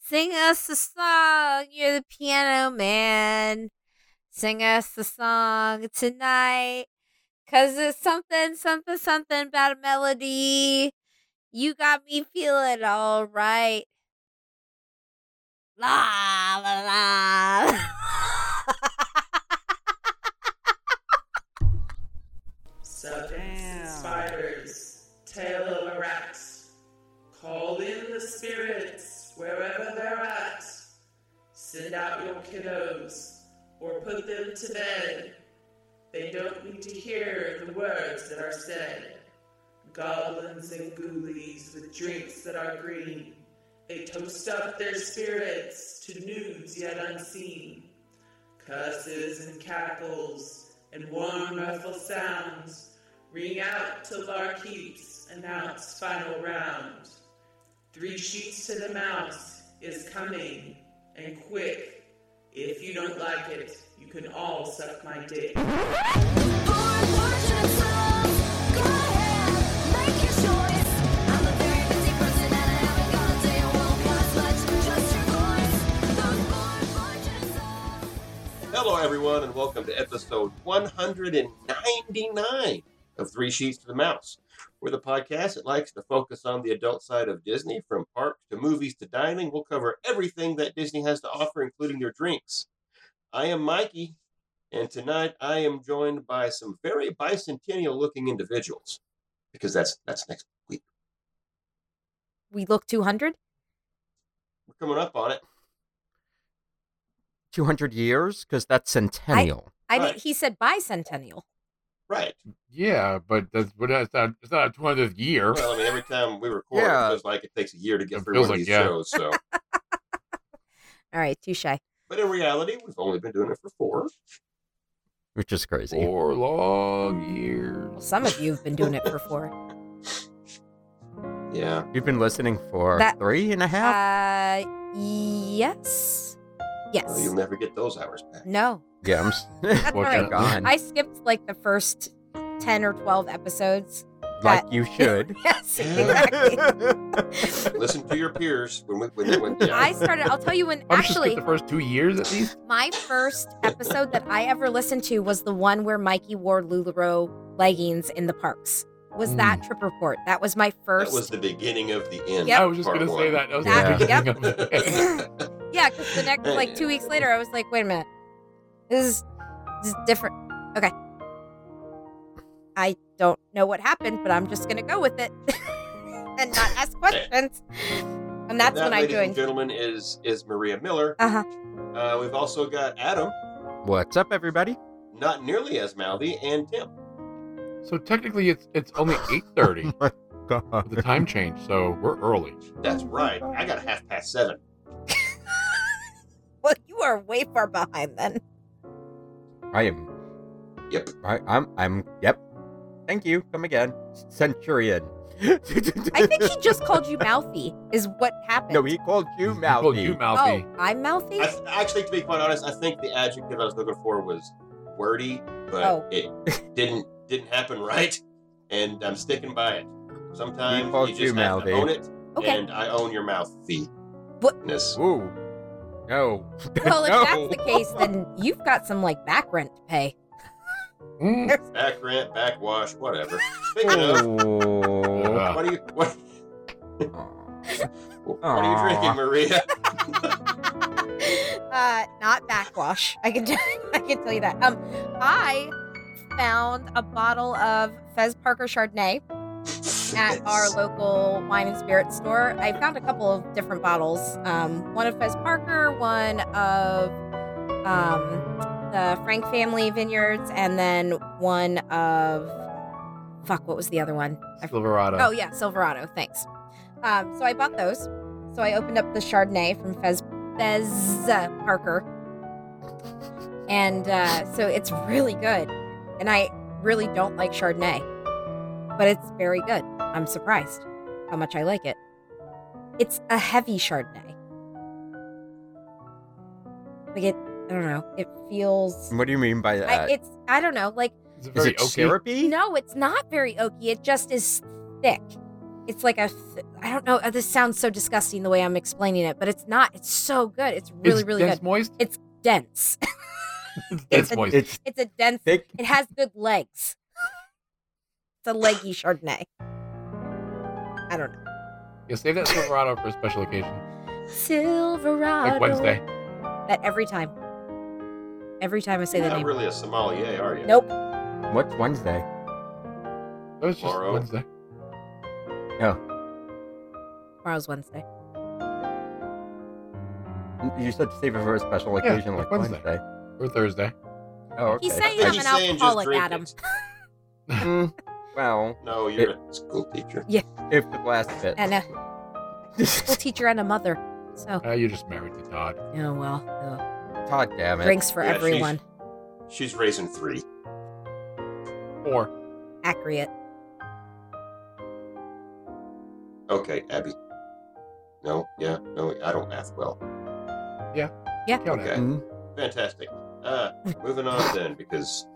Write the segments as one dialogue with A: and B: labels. A: Sing us the song. You're the piano man. Sing us the song tonight. Cause it's something, something, something about a melody. You got me feeling all right. La la la.
B: Serpents and spiders, tale of a rat. Call in the spirits wherever they're at. Send out your kiddos or put them to bed. They don't need to hear the words that are said. Goblins and ghoulies with drinks that are green. They toast up their spirits to nudes yet unseen. Curses and cackles and warm, mirthful sounds ring out till our keeps announce final round. Three sheets to the mouse is coming, and quick. If you don't like it, you can all suck my dick.
C: Hello, everyone, and welcome to episode 199 of Three Sheets to the Mouse. We're the podcast that likes to focus on the adult side of Disney, from parks to movies to dining. We'll cover everything that Disney has to offer, including their drinks. I am Mikey, and tonight I am joined by some very bicentennial-looking individuals, because that's that's next.
A: We look 200?
C: We're coming up on it.
D: 200 years because that's centennial.
A: I
C: Right.
A: did, he said bicentennial.
C: Right.
E: Yeah, but that's but that's not it's not a twentieth year.
C: Well, I mean, every time we record,
D: Yeah.
C: it feels like it takes a year to get
E: It
C: through
E: feels
C: one of
E: like,
C: these
E: yeah.
C: shows. So,
A: All right, touche.
C: but in reality, we've only been doing it for four.
D: which is crazy.
E: Four long years.
A: Well, some of you have been doing it for four.
C: Yeah.
D: You've been listening for
A: That-
D: three and a half.
A: Uh, yes.
C: Well, you'll
A: Yes.
C: never get those hours back.
A: No.
D: yeah, I'm s-
A: That's all
E: What
A: right.
E: the-
D: gone.
A: I skipped like the first 10 or 12 episodes.
D: like you should.
A: Yes, exactly.
C: Listen to your peers when we when, when yeah.
A: I started, I'll tell you when,
E: I'm just
A: actually,
E: the first two years at least.
A: my first episode that I ever listened to was the one where Mikey wore LuLaRoe leggings in the parks. Was that trip report? That was my
C: Hmm. that
A: first.
C: was the beginning of the end.
A: Yep.
E: I was just
C: part
E: gonna say
C: one.
E: that. That was
A: That-
E: the
A: yep.
E: beginning of it.
A: yeah, because the next, like two weeks later, I was like, wait a minute. This is, this is different. Okay. I don't know what happened, but I'm just going to go with it and not ask questions. And that's
C: that,
A: when I
C: ladies and
A: joined.
C: gentlemen, is is Maria Miller.
A: Uh huh.
C: Uh, we've also got Adam,
D: What's up, everybody?
C: not nearly as mouthy, and Tim.
E: So technically, it's it's only eight thirty.
D: God.
E: the time change, so we're early.
C: That's
A: Oh
C: right. I got half past seven.
A: Well, you are way far behind then.
D: I am.
C: Yep.
D: I, I'm. I'm. Yep. Thank you. Come again, centurion.
A: I think he just called you mouthy, is what happened.
D: no, he called you
E: Well,
D: Malby.
E: you, Malby.
A: Oh, I'm mouthy?
C: I, actually, to be quite honest, I think the adjective I was looking for was wordy, but
A: Oh.
C: it didn't didn't happen right, and I'm sticking by it. Sometimes
D: called
C: you
D: you
C: just have to
D: mouthy.
C: own it,
A: Okay.
C: and I own your mouthy-ness.
D: Ooh. No.
A: well, if
D: no.
A: that's the case, then you've got some like back rent to pay. Oh.
E: Mm.
C: Back rent, backwash, whatever. Speaking of,
D: Oh.
C: what are you what, what are you drinking,
D: Aw.
C: Maria?
A: uh, not backwash. I can tell, I can tell you that. Um, I found a bottle of Fez Parker Chardonnay at our local wine and spirit store. I found a couple of different bottles. Um, one of Fez Parker, one of um, the Frank Family Vineyards, and then one of fuck. What was the other one? I
E: Silverado.
A: Oh yeah, Silverado. Thanks. Um, so I bought those. So I opened up the Chardonnay from Fez Fez uh, Parker, and uh, so it's really good. And I really don't like Chardonnay, but it's very good. I'm surprised how much I like it. It's a heavy Chardonnay. Like it, I don't know. It feels.
D: What do you mean by that?
A: I, it's I don't know. Like
E: It's
D: Is
E: very
D: it
E: oaky.
D: syrupy?
A: no, it's not very oaky. It just is thick. it's like a th- I don't know. uh, This sounds so disgusting the way I'm explaining it, but it's not. It's so good. It's really
E: it's
A: really
E: dense
A: good.
E: moist.
A: dense.
E: It's dense
A: a-
E: moist.
D: It's
A: It's a dense.
D: thick.
A: It has good legs. It's a leggy Chardonnay. I don't know.
E: yeah, save that Silverado for a special occasion,
A: Silverado.
E: like Wednesday.
A: That every time. Every time I say
C: You're
A: the
C: not
A: name.
C: really a sommelier, are you?
A: Nope.
D: What's Wednesday?
E: That was just
C: Tomorrow.
E: Wednesday.
A: Tomorrow's Wednesday.
D: You said save it for a special
E: Yeah,
D: occasion like
E: like Wednesday.
D: Wednesday.
E: Or Thursday.
D: Oh, okay.
A: He's saying
C: I
A: I'm
C: think
A: an
C: he's saying just
A: alcoholic,
C: drink
A: Adam.
C: it.
D: Mm, well,
C: No, you're a school teacher.
D: if it lasts fit.
A: And uh, a school teacher and a mother. So,
E: Uh, you're just married to Todd.
A: oh well. ugh.
D: Todd, damn it.
A: Drinks for
C: Yeah, she's-
A: everyone.
C: She's raising three.
E: Or
A: Accurate.
C: Okay, Abby. No, yeah, no, I don't math well.
E: Count
C: Okay.
E: it. Mm-hmm.
D: Mm,
C: Fantastic. Uh, moving on then, because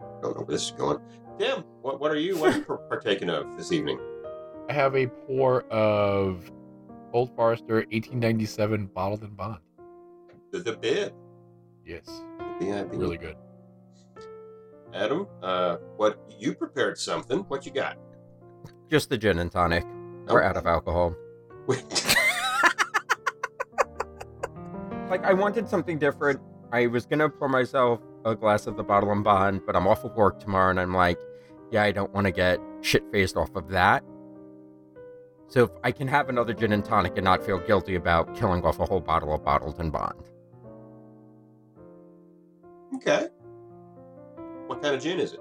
C: I don't know where this is going. Tim, what, what are you what are you par- partaking of this evening?
E: I have a pour of Old Forester 1897 bottled and bond.
C: The, the bib.
E: Yes,
C: The bib.
E: really good.
C: Adam, uh, what you prepared something? What you got?
D: just the gin and tonic. We're out of alcohol. Like, I wanted something different. I was going to pour myself a glass of the bottle and bond, but I'm off of work tomorrow and I'm like, yeah, I don't want to get shit faced off of that. So if I can have another gin and tonic and not feel guilty about killing off a whole bottle of bottled and bond.
C: okay. What kind of gin is it?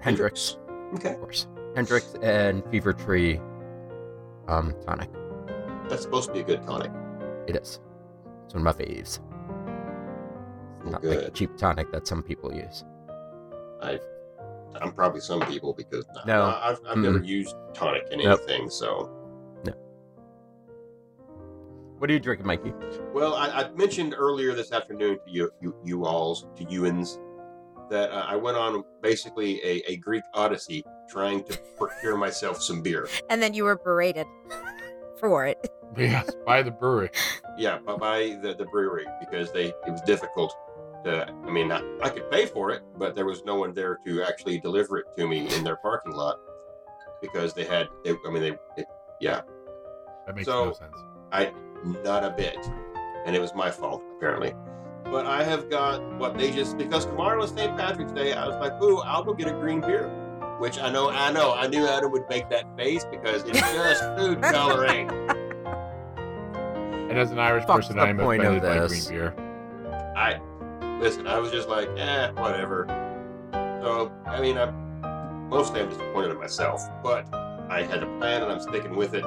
D: Hendrix,
C: Okay,
D: of course. Hendrix and Fever Tree um, tonic.
C: that's supposed to be a good tonic.
D: It is. It's one of my faves. It's not like a
C: Good.
D: cheap tonic that some people use.
C: I, I'm probably some people because
D: No.
C: I, have I've never used tonic in
D: Nope.
C: anything. So
D: What are you drinking, Mikey?
C: Well, I, I mentioned earlier this afternoon to you, you, you all's, to youans, that uh, I went on basically a, a Greek odyssey trying to procure myself some beer.
A: And then you were berated for it.
E: Yes, by the brewery.
C: Yeah, but by the, the brewery because they it was difficult. To, I mean, I, I could pay for it, but there was no one there to actually deliver it to me in their parking lot because they had. They, I mean, they. It, yeah,
E: That makes
C: So-
E: no sense.
C: not a bit, and it was my fault apparently. But I have got what they just because tomorrow is St. Patrick's Day. I was like, "Ooh, I'll go get a green beer," which I know, I know, I knew Adam would make that face because it's just food coloring.
E: And as an Irish
D: Fuck's
E: person,
D: the
E: I am
D: point of
E: offended by green
D: this?
E: beer.
C: I listen. I was just like, eh, whatever. So I mean, I'm mostly I'm disappointed in myself, but I had a plan and I'm sticking with it.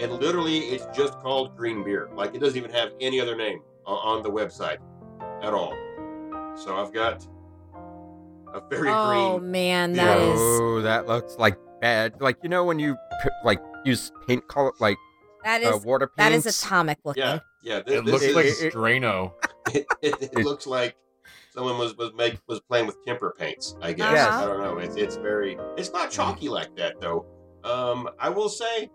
C: And literally, it's just called green beer. Like it doesn't even have any other name o- on the website at all. So I've got a very
A: Oh
C: green.
A: man, that is
D: oh, that looks like bad. Like you know when you p- like use paint color, like
A: that is
D: uh, water paint.
A: that is atomic looking.
C: Yeah, yeah. This,
E: It
C: this
E: looks
C: is,
E: like
D: it-
E: Drano.
C: it, it looks like someone was was make was playing with Kemper paints. I guess
A: Yes.
C: I don't know. It's it's very it's not chalky like that though. Um, I will say,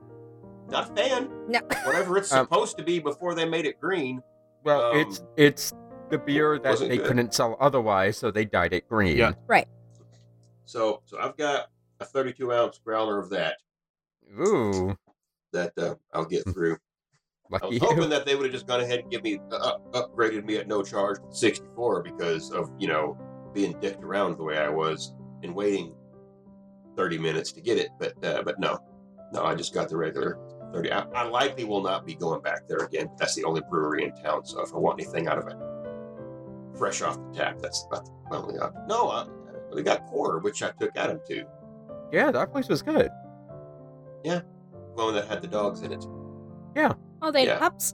C: not a fan.
A: No.
C: Whatever it's
D: Um,
C: supposed to be before they made it green.
D: Well,
C: um,
D: it's it's the beer that
C: wasn't
D: they
C: good.
D: couldn't sell otherwise, so they dyed it green.
E: Yeah.
C: So so I've got a 32 ounce growler of that
D: Ooh,
C: that uh, I'll get through. I
D: lucky
C: was
D: you.
C: hoping that they would have just gone ahead and give me uh, up- upgraded me at no charge to 64 because of you know being dicked around the way I was and waiting 30 minutes to get it. But uh, but no, no, I just got the regular 30. I, I likely will not be going back there again. That's the only brewery in town, so if I want anything out of it, fresh off the tap, that's about the only option. No, I, we got quarter, which I took Adam to,
D: Yeah, that place was good.
C: the one that had the dogs in it.
A: Oh, they had
C: Yeah.
A: pups.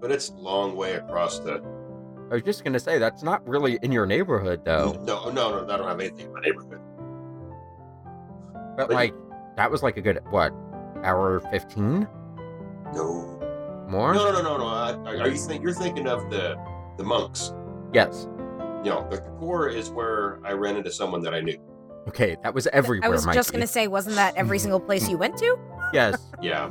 C: But it's a long way across the
D: I was just gonna say that's not really in your neighborhood though,
C: No, no, no, I don't have anything in my neighborhood.
D: but
C: But-
D: like that was like a good what hour fifteen
C: No.
D: more.
C: No, no, no, no, no. I, I- are you think you're thinking of the the monks?
D: Yes.
C: You know, the core is where I ran into someone that I knew.
D: Okay, that was everywhere.
A: I was just
D: Mikey.
A: gonna say, wasn't that every single place you went to?
D: Yes,
C: Yeah,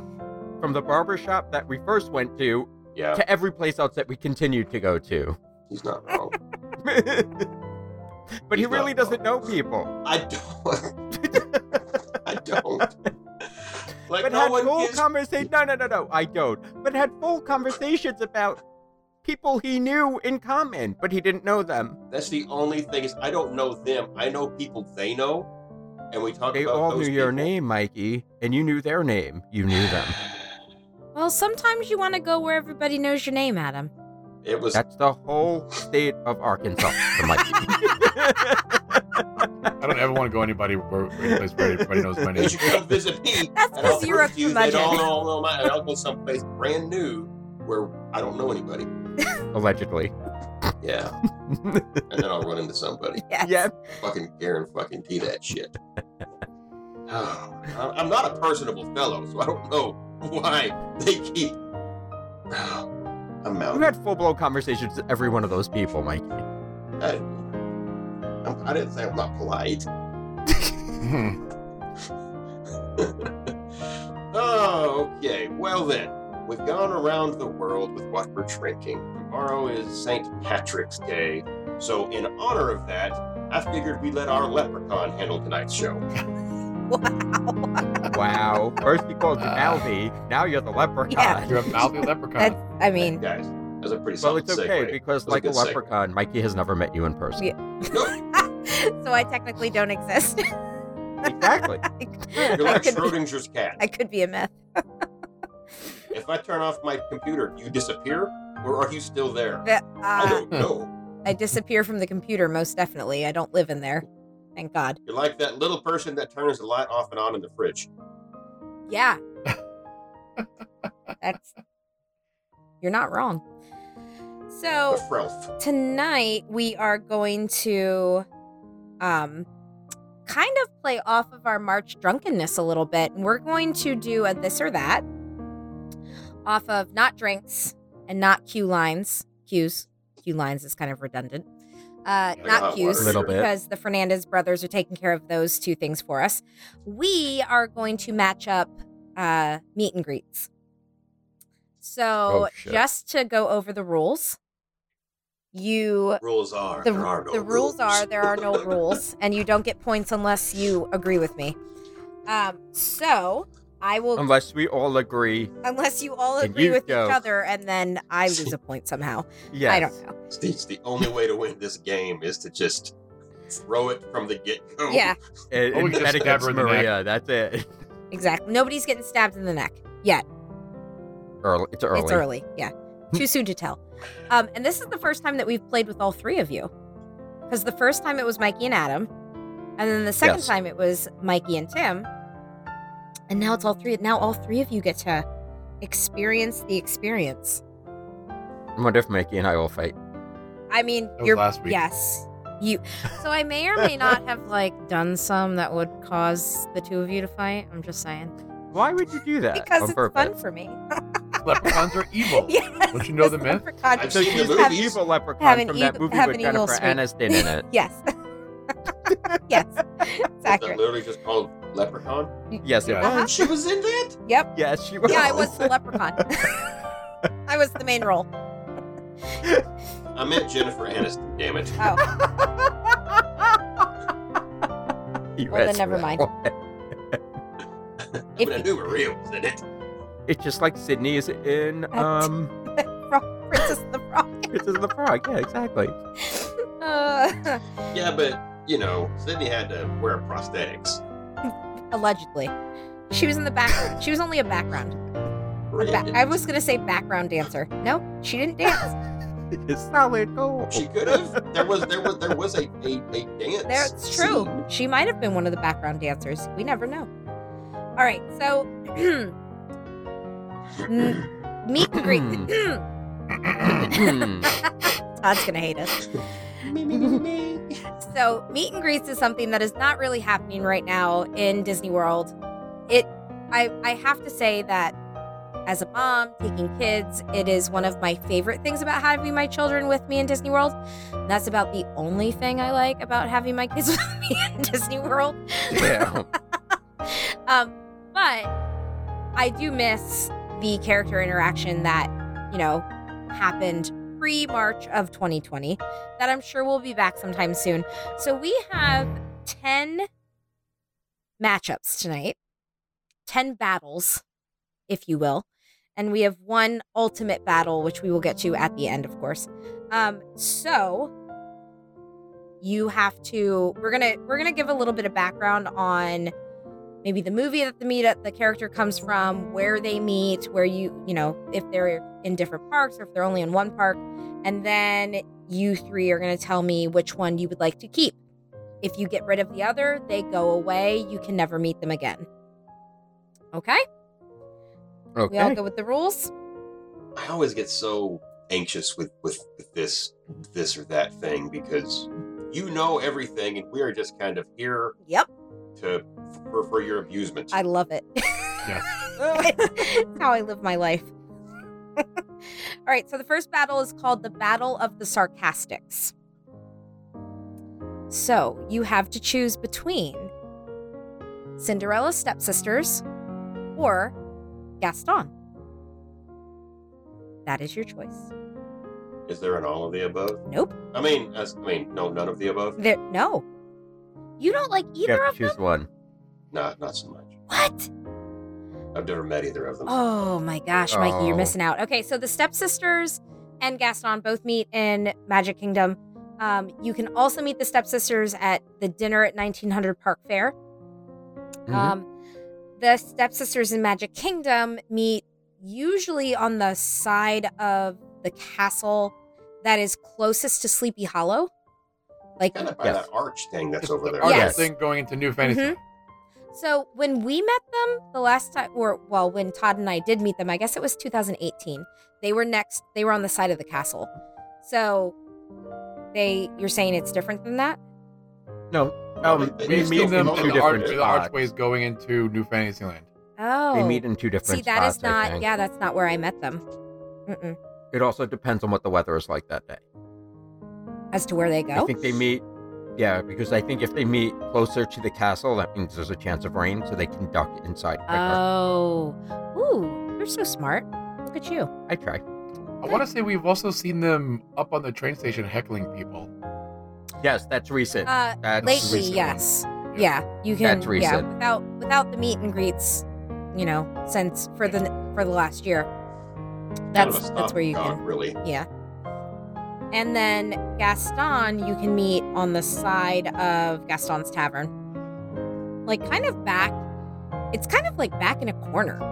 D: from the barber shop that we first went to
C: yeah.
D: to every place else that we continued to go to.
C: He's not wrong.
D: but he
C: He's not
D: really doesn't know
C: wrong.
D: people.
C: I don't. I don't. Like
D: but
C: no
D: had
C: one
D: full
C: gives.
D: conversations. No, no, no, no. I don't. But had full conversations about people he knew in common, but he didn't know them.
C: That's the only thing is I don't know them. I know people they know, and we talk
D: They
C: about
D: all knew
C: those
D: your
C: people.
D: name, Mikey, and you knew their name. You knew them.
A: Well, sometimes you want to go where everybody knows your name, Adam.
C: It was
D: That's the whole state of Arkansas, to Mikey.
E: I don't ever want to go anybody where, any place where everybody knows my name.
C: Did you come visit me?
A: That's
C: And I'll
A: because you're a
C: prove to you "Oh, that all
A: curmudgeon.
C: all all my. and I'll go someplace brand new where I don't know anybody.
D: Allegedly.
C: Yeah, and then I'll run into somebody.
A: Yes.
D: Yeah.
C: Fucking guarantee fucking that shit. Oh, I'm I'm not a personable fellow, so I don't know why they keep. I'm out.
D: You had full blown conversations with every one of those people, Mikey.
C: I, I'm, I didn't say I'm not polite.
E: Hmm.
C: Oh, okay. Well then, we've gone around the world with what we're drinking. Tomorrow is St. Patrick's Day, so in honor of that, I figured we'd let our leprechaun handle tonight's show.
D: Wow. First you called you
E: Uh.
D: Alvy, now you're the leprechaun.
A: Yeah.
E: You're a mouthy leprechaun.
A: That's, I mean,
C: Guys, that's a pretty
D: Well,
C: solid
D: it's okay
C: segue.
D: because,
C: That was a
D: like a,
C: good segue.
D: leprechaun, Mikey has never met you in person.
A: Yeah. so I technically don't exist.
D: Exactly.
C: You're like
A: I could be-
C: Schrodinger's cat.
A: I could be a myth.
C: If I turn off my computer, do you disappear, or are you still there?
A: But,
C: I
A: uh,
C: don't know.
A: I disappear from the computer, most definitely. I don't live in there. Thank God.
C: You're like that little person that turns the light off and on in the fridge.
A: Yeah. That's. You're not wrong.
C: The
A: So
C: Frelf.
A: tonight we are going to um kind of play off of our March drunkenness a little bit. And we're going to do a this or that off of not drinks and not cue lines. Cues. Cue lines is kind of redundant. Uh,
E: Yeah,
A: not
C: hot
A: cues
C: water.
D: Little bit.
A: because the Fernandez brothers are taking care of those two things for us. We are going to match up uh, meet and greets. So,
D: Oh, shit.
A: just to go over the rules, you
C: Rules are
A: the,
C: there are no
A: the rules. are there are no rules and you don't get points unless you agree with me um so i will
D: Unless we all agree.
A: unless you all
D: And
A: agree
D: you
A: with
D: go.
A: each other and then i lose a point somehow
D: Yes.
A: i don't know
C: It's the only way to win this game is to just throw it from the get go.
A: yeah
D: And,
E: Or we
D: and
E: just
D: bet
E: stab
D: against
E: her in the neck.
D: Maria. That's it.
A: exactly nobody's getting stabbed in the neck yet
D: Early. It's early.
A: it's early yeah too soon to tell um and this is the first time that we've played with all three of you because the first time it was mikey and adam and then the second
D: Yes.
A: time it was mikey and tim and now it's all three now all three of you get to experience the experience
D: I wonder if Mikey and I will fight.
A: I mean,
E: was
A: you're
E: last week.
A: yes, you. So I may or may not have like done some that would cause the two of you to fight. I'm just saying
D: Why would you
E: Uh,
D: do that?
A: because
D: on
A: it's
D: purpose?
A: fun for me.
E: Leprechauns are evil.
A: yes,
E: Don't you know the
A: this
E: myth?
A: leprechaun-
C: I've
D: So
C: seen the
D: she's
C: movie.
D: the
A: Have-
D: evil
A: have
D: leprechaun
A: an
D: from that
A: evil-
D: movie
A: have
D: with
A: an evil
D: Jennifer
A: streak.
D: Aniston in it.
A: Yes, yes, it's
C: Is that
A: accurate.
C: literally just called Leprechaun?
D: Yes, it
E: Yeah.
D: was.
A: Uh-huh.
C: She was in that?
A: Yep.
D: Yes, she was.
A: Yeah, I was the leprechaun. I was the main role.
C: I meant Jennifer Aniston, damn it.
A: Oh,
D: You
A: Well, then
D: asked
A: never
D: for
A: mind.
D: that one.
C: I
A: if
C: mean, I knew Maria was in it.
D: It's just like Sydney is in um,
A: Princess and the Frog.
D: Princess of the Frog. Yeah, exactly.
A: Uh,
C: Yeah, but, you know, Sydney had to wear prosthetics.
A: allegedly, she was in the background. She was only a background.
C: Maria
A: Ba-
C: didn't.
A: I was gonna say background dancer. No, she didn't dance.
D: It's solid gold.
C: She could have. There was there was there was a, a, a dance.
A: There, it's true.
C: scene.
A: She might have been one of the background dancers. We never know. All right, so m- meet and greet.
D: Hmm.
A: Todd's gonna hate us.
C: Me, me, me, me, me.
A: So meet and greets is something that is not really happening right now in Disney World. It, I, I have to say that as a mom taking kids, it is one of my favorite things about having my children with me in Disney World. That's about the only thing I like about having my kids with me in Disney World.
D: yeah.
A: um, but I do miss the character interaction that, you know, happened pre March of 2020 that I'm sure will be back sometime soon. So we have 10 matchups tonight, 10 battles, if you will. And we have one ultimate battle, which we will get to at the end, of course. Um, so you have to we're gonna we're gonna give a little bit of background on maybe the movie that the meet the character comes from, where they meet, where you, you know, if they're in different parks or if they're only in one park. And then you three are going to tell me which one you would like to keep. If you get rid of the other, they go away. You can never meet them again. Okay?
D: Okay.
A: We all go with the rules?
C: I always get so anxious with with, with this this or that thing because you know everything, and we are just kind of here
A: Yep.
C: to for, for your amusement.
A: I love it. It's how I live my life. all right, so the first battle is called the Battle of the Sarcastics. So you have to choose between Cinderella's stepsisters or Gaston. That is your choice.
C: Is there an all of the above?
A: Nope.
C: I mean, as, I mean, no, none of the above.
A: There, no. You don't like
D: You
A: either
D: have
A: of
D: to
A: them?
D: choose one.
C: Not not so much.
A: What?
C: I've never met either of them.
A: Oh my gosh, Mikey, you're
D: Oh.
A: missing out. Okay, so the stepsisters and Gaston both meet in Magic Kingdom. Um, you can also meet the stepsisters at the dinner at 1900 Park Fair.
D: Mhm.
A: Um, the stepsisters in Magic Kingdom meet usually on the side of the castle that is closest to Sleepy Hollow. Like,
C: Kind of by
D: Yes.
C: that arch thing that's
E: It's
C: over
E: the
C: there.
E: arch
A: Yes.
E: thing going into New Fantasy.
A: Mhm. so when we met them the last time, or well, when Todd and I did meet them, I guess it was 2018. They were next, they were on the side of the castle. So they, you're saying it's different than that?
D: No. Um,
C: They-
D: we
C: they
D: meet
C: still
D: in
C: belong
E: them
D: two
E: in the,
D: different
E: arch, the
D: spots.
E: archways going into New Fantasyland.
A: Oh.
D: They meet in two different
A: See, that is
D: spots, I
A: not,
D: think.
A: yeah, that's not where I met them. Mm-mm.
D: It also depends on what the weather is like that day.
A: As to where they go?
D: I think they meet. Yeah, because I think if they meet closer to the castle, that means there's a chance of rain, so they can duck inside. quicker.
A: Oh. Ooh, you're so smart. Look at you.
D: I try.
E: I want to say we've also seen them up on the train station heckling people.
D: Yes, that's recent.
A: Uh
D: that's
A: lately,
D: recent.
A: yes. Yeah, you can
D: That's
A: yeah,
D: recent.
A: without without the meet and greets, you know, since for the for the last year.
C: Kind of
A: That's
C: a
A: that's
C: stop
A: where you
C: cock,
A: can.
C: really.
A: And then Gaston, you can meet on the side of Gaston's tavern. Like kind of back it's kind of like back in a corner.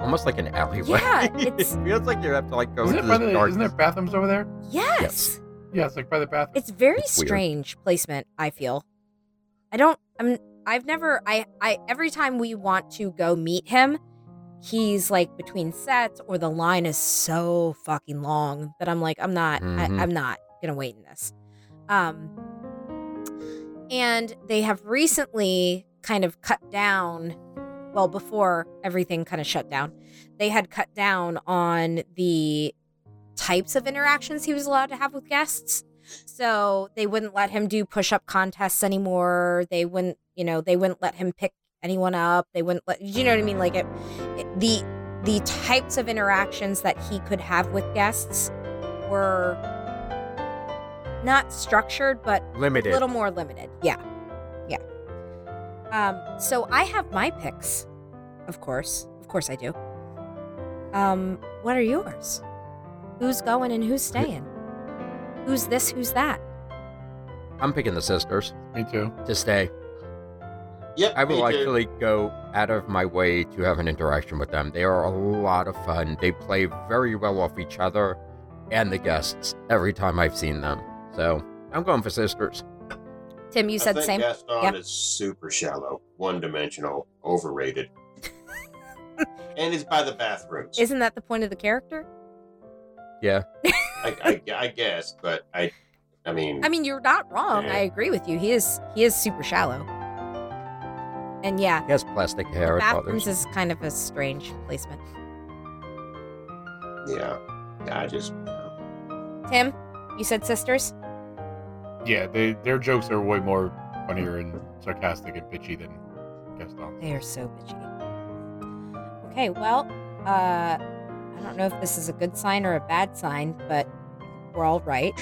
D: Almost like an alleyway.
A: Yeah, it's-
D: it feels like you have to like go
E: Isn't,
D: into
E: it by
D: the
E: the,
D: dark.
E: isn't there bathrooms over there?
A: Yes.
E: Yeah, it's like by the bathroom.
A: It's very
D: It's weird.
A: strange placement, I feel. I don't I'm I've never I I every time we want to go meet him, he's like between sets or the line is so fucking long that I'm like I'm not
D: Mhm.
A: I, I'm not going to wait in this. Um and they have recently kind of cut down well before everything kind of shut down. They had cut down on the types of interactions he was allowed to have with guests. So they wouldn't let him do push up contests anymore. They wouldn't, you know, they wouldn't let him pick anyone up. They wouldn't let you know what I mean? Like it, it the the types of interactions that he could have with guests were not structured, but
D: Limited.
A: a little more limited. Yeah. Yeah. Um, so I have my picks, of course. Of course I do. Um, what are yours? Who's going and who's staying? Who's this, who's that?
D: I'm picking the sisters
E: Me too.
D: to stay.
C: Yep.
D: I will
C: me too.
D: actually go out of my way to have an interaction with them. They are a lot of fun. They play very well off each other and the guests every time I've seen them. So I'm going for sisters.
A: Tim, you
C: I
A: said the same.
C: think Gaston
A: Yep.
C: is super shallow, one dimensional, overrated. and it's by the bathrooms.
A: Isn't that the point of the character?
C: I, I, I guess, but I, I mean,
A: I mean, you're not wrong.
C: Yeah.
A: I agree with you. He is he is super shallow. And yeah,
D: He has plastic hair. it bothers
A: bathrooms is kind of a strange placement.
C: yeah, I just
A: Tim, you said sisters?
E: Yeah, they, their jokes are way more funnier and sarcastic and bitchy than Gaston.
A: They are so bitchy. Okay, well, uh, I don't know if this is a good sign or a bad sign, but we're all right.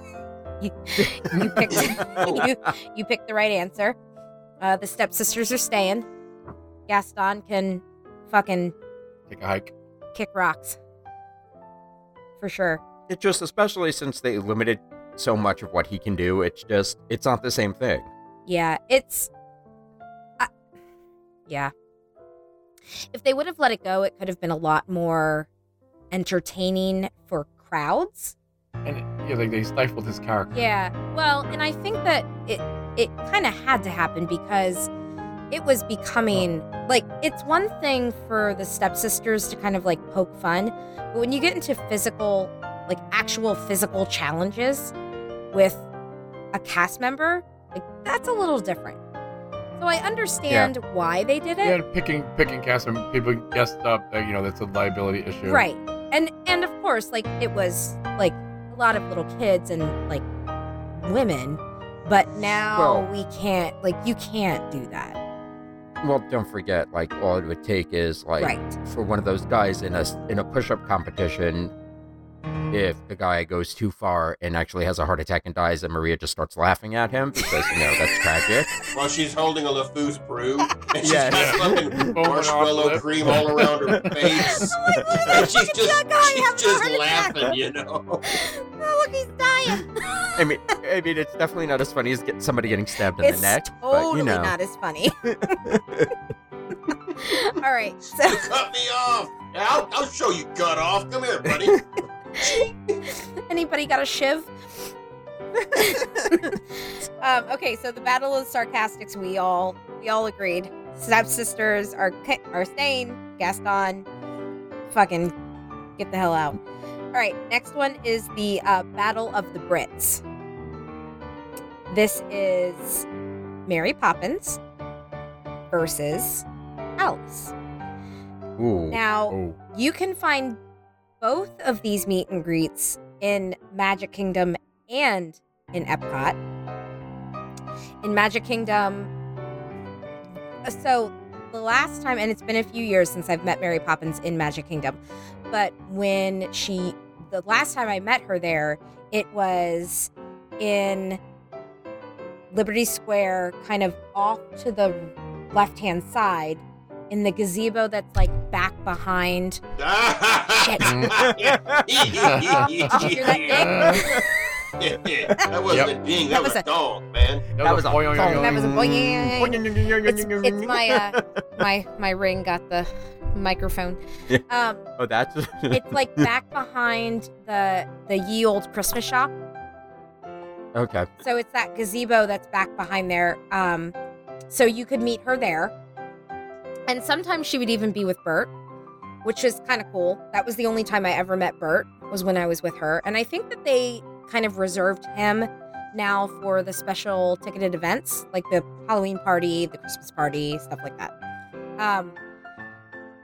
A: you, you picked you, you picked the right answer. Uh, the stepsisters are staying. Gaston can fucking
E: Take a hike.
A: kick rocks for sure.
D: It just, especially since they limited so much of what he can do, it's just, it's not the same thing.
A: Yeah, it's. I yeah. If they would have let it go, it could have been a lot more entertaining for crowds.
E: And yeah, like they stifled his character.
A: Yeah. Well, and I think that it it kind of had to happen because it was becoming like it's one thing for the stepsisters to kind of like poke fun, but when you get into physical like actual physical challenges with a cast member, like that's a little different. So I understand why they did it.
E: Yeah, picking picking cast and people guessed up that you know that's a liability issue.
A: Right. And and of course, like it was like a lot of little kids and like women, but now
D: Well-
A: we can't like you can't do that.
D: Well, don't forget, like, all it would take is, like,
A: right.
D: for one of those guys in a in a push-up competition if the guy goes too far and actually has a heart attack and dies and maria just starts laughing at him because you know that's tragic
C: While she's holding a LeFou's brew, and she's
D: Yes.
C: got fucking
E: Foaming off
C: marshmallow
E: lip.
C: cream all around her face.
A: Oh my God,
C: And she's
A: look at
C: just,
A: that guy
C: she's
A: having a
C: just
A: heart attack.
C: laughing, you know.
A: Oh, look, he's dying.
D: i mean i mean it's definitely not as funny as get somebody getting stabbed in
A: it's
D: the neck
A: totally
D: but you know
A: not as funny. All right. So
C: You cut me off. Yeah, I'll, I'll show you cut off. Come here, buddy.
A: Anybody got a shiv? um, okay, so the battle of sarcastics. We all we all agreed. Stepsisters are ca- are staying. Gaston, fucking get the hell out. All right, next one is the uh, battle of the Brits. This is Mary Poppins versus Alice.
D: Ooh.
A: Now.
E: Oh,
A: You can find both of these meet and greets in Magic Kingdom and in Epcot. In Magic Kingdom, so the last time, and it's been a few years since I've met Mary Poppins in Magic Kingdom, but when she, the last time I met her there, it was in Liberty Square, kind of off to the left hand side in the gazebo that's like back behind Shit. Did you hear that
C: that wasn't a ding. That, was, a dog, man.
E: that,
D: that was a
E: boing,
D: thong.
E: oing,
A: That was a
E: oing.
A: boing. It's, it's my uh, my my ring got the microphone.
D: Yeah.
A: Um,
D: oh that's
A: it's like back behind the the ye old Christmas shop.
D: okay
A: So it's that gazebo that's back behind there. Um, so you could meet her there, and sometimes she would even be with Bert, which is kind of cool. That was the only time I ever met Bert was when I was with her, and I think that they kind of reserved him now for the special ticketed events like the Halloween party, the Christmas party, stuff like that. Um,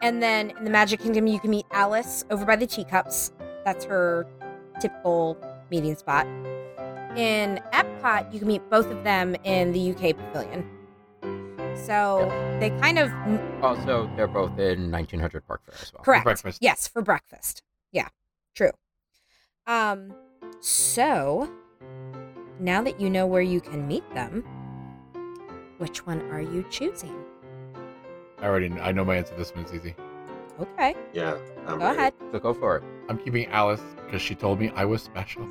A: and then in the Magic Kingdom, you can meet Alice over by the teacups. That's her typical meeting spot. In Epcot, you can meet both of them in the UK pavilion. So they kind of
D: also they're both in 1900 park fair as well
A: correct.
E: breakfast.
A: Yes, for breakfast. Yeah, true. Um, so now that you know where you can meet them, which one are you choosing?
E: I already kn- I know my answer. This one's easy.
A: Okay,
C: Yeah. I'm
A: go ahead.
D: so go for it
E: I'm keeping Alice because she told me I was special.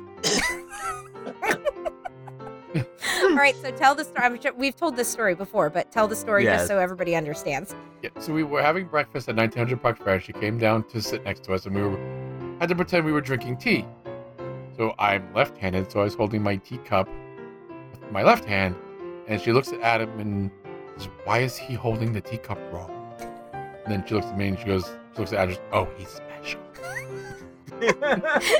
A: All right, so tell the story. I'm sure we've told this story before, but tell the story
D: Yes.
A: just so everybody understands.
E: Yeah, so we were having breakfast at 1900 Park Fair. She came down to sit next to us, and we were had to pretend we were drinking tea. So I'm left-handed, so I was holding my teacup with my left hand, and she looks at Adam and says, "Why is he holding the teacup wrong?" And then she looks at me and she goes, she looks at Adam, she goes, "Oh, he's special."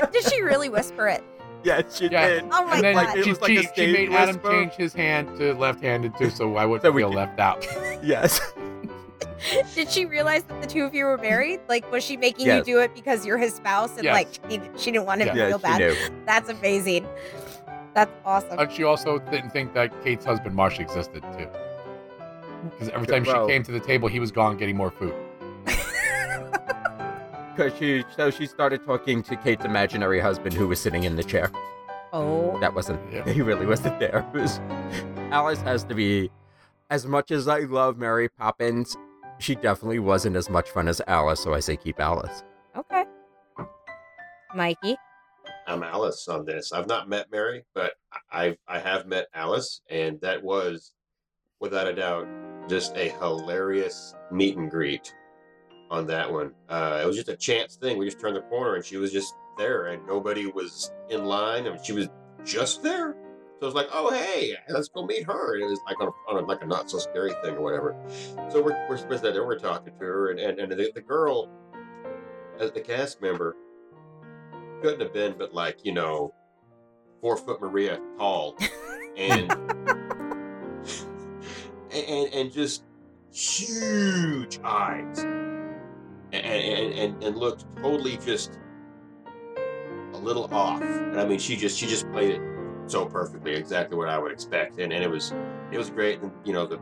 A: Did she really whisper it?
D: yes she
E: Yeah.
D: did
A: Oh my
E: and then
A: god.
D: it
E: she,
D: was like
E: she-
D: a
E: she
D: stage
E: made Adam
D: whisper.
E: change his hand to left-handed too, so I wouldn't
D: So we
E: feel
D: could-
E: left out.
D: yes
A: Did she realize that the two of you were married? Like, was she making
D: Mm-hmm. Yes.
A: you do it because you're his spouse and
E: Yes.
A: like she, she didn't want him
E: Yeah.
A: to feel
D: yes
A: bad?
D: she knew
A: That's amazing. That's awesome.
E: And she also didn't think that Kate's husband Marsh existed too. Because every time
D: Well-
E: she came to the table, he was gone getting more food.
D: Cause she, so she started talking to Kate's imaginary husband who was sitting in the chair.
A: Oh,
D: That wasn't.
E: Yep.
D: He really wasn't there. It was- Alice has to be. As much as I love Mary Poppins, she definitely wasn't as much fun as Alice. So I say keep Alice.
A: okay. Mikey.
C: I'm Alice on this. I've not met Mary, but I I have met Alice, and that was, without a doubt, just a hilarious meet and greet on that one. Uh, it was just a chance thing. We just turned the corner, and she was just there, and nobody was in line. I mean, she was just there. So it's like, oh hey, let's go meet her. And it was like on, on like a not so scary thing or whatever. So we're we're supposed to there. We're talking to her, and and, and the, the girl, as the cast member, couldn't have been but like you know four foot maria tall and and and just huge eyes and and and, and looked totally just a little off and i mean she just she just played it so perfectly exactly what i would expect and and it was it was great and you know the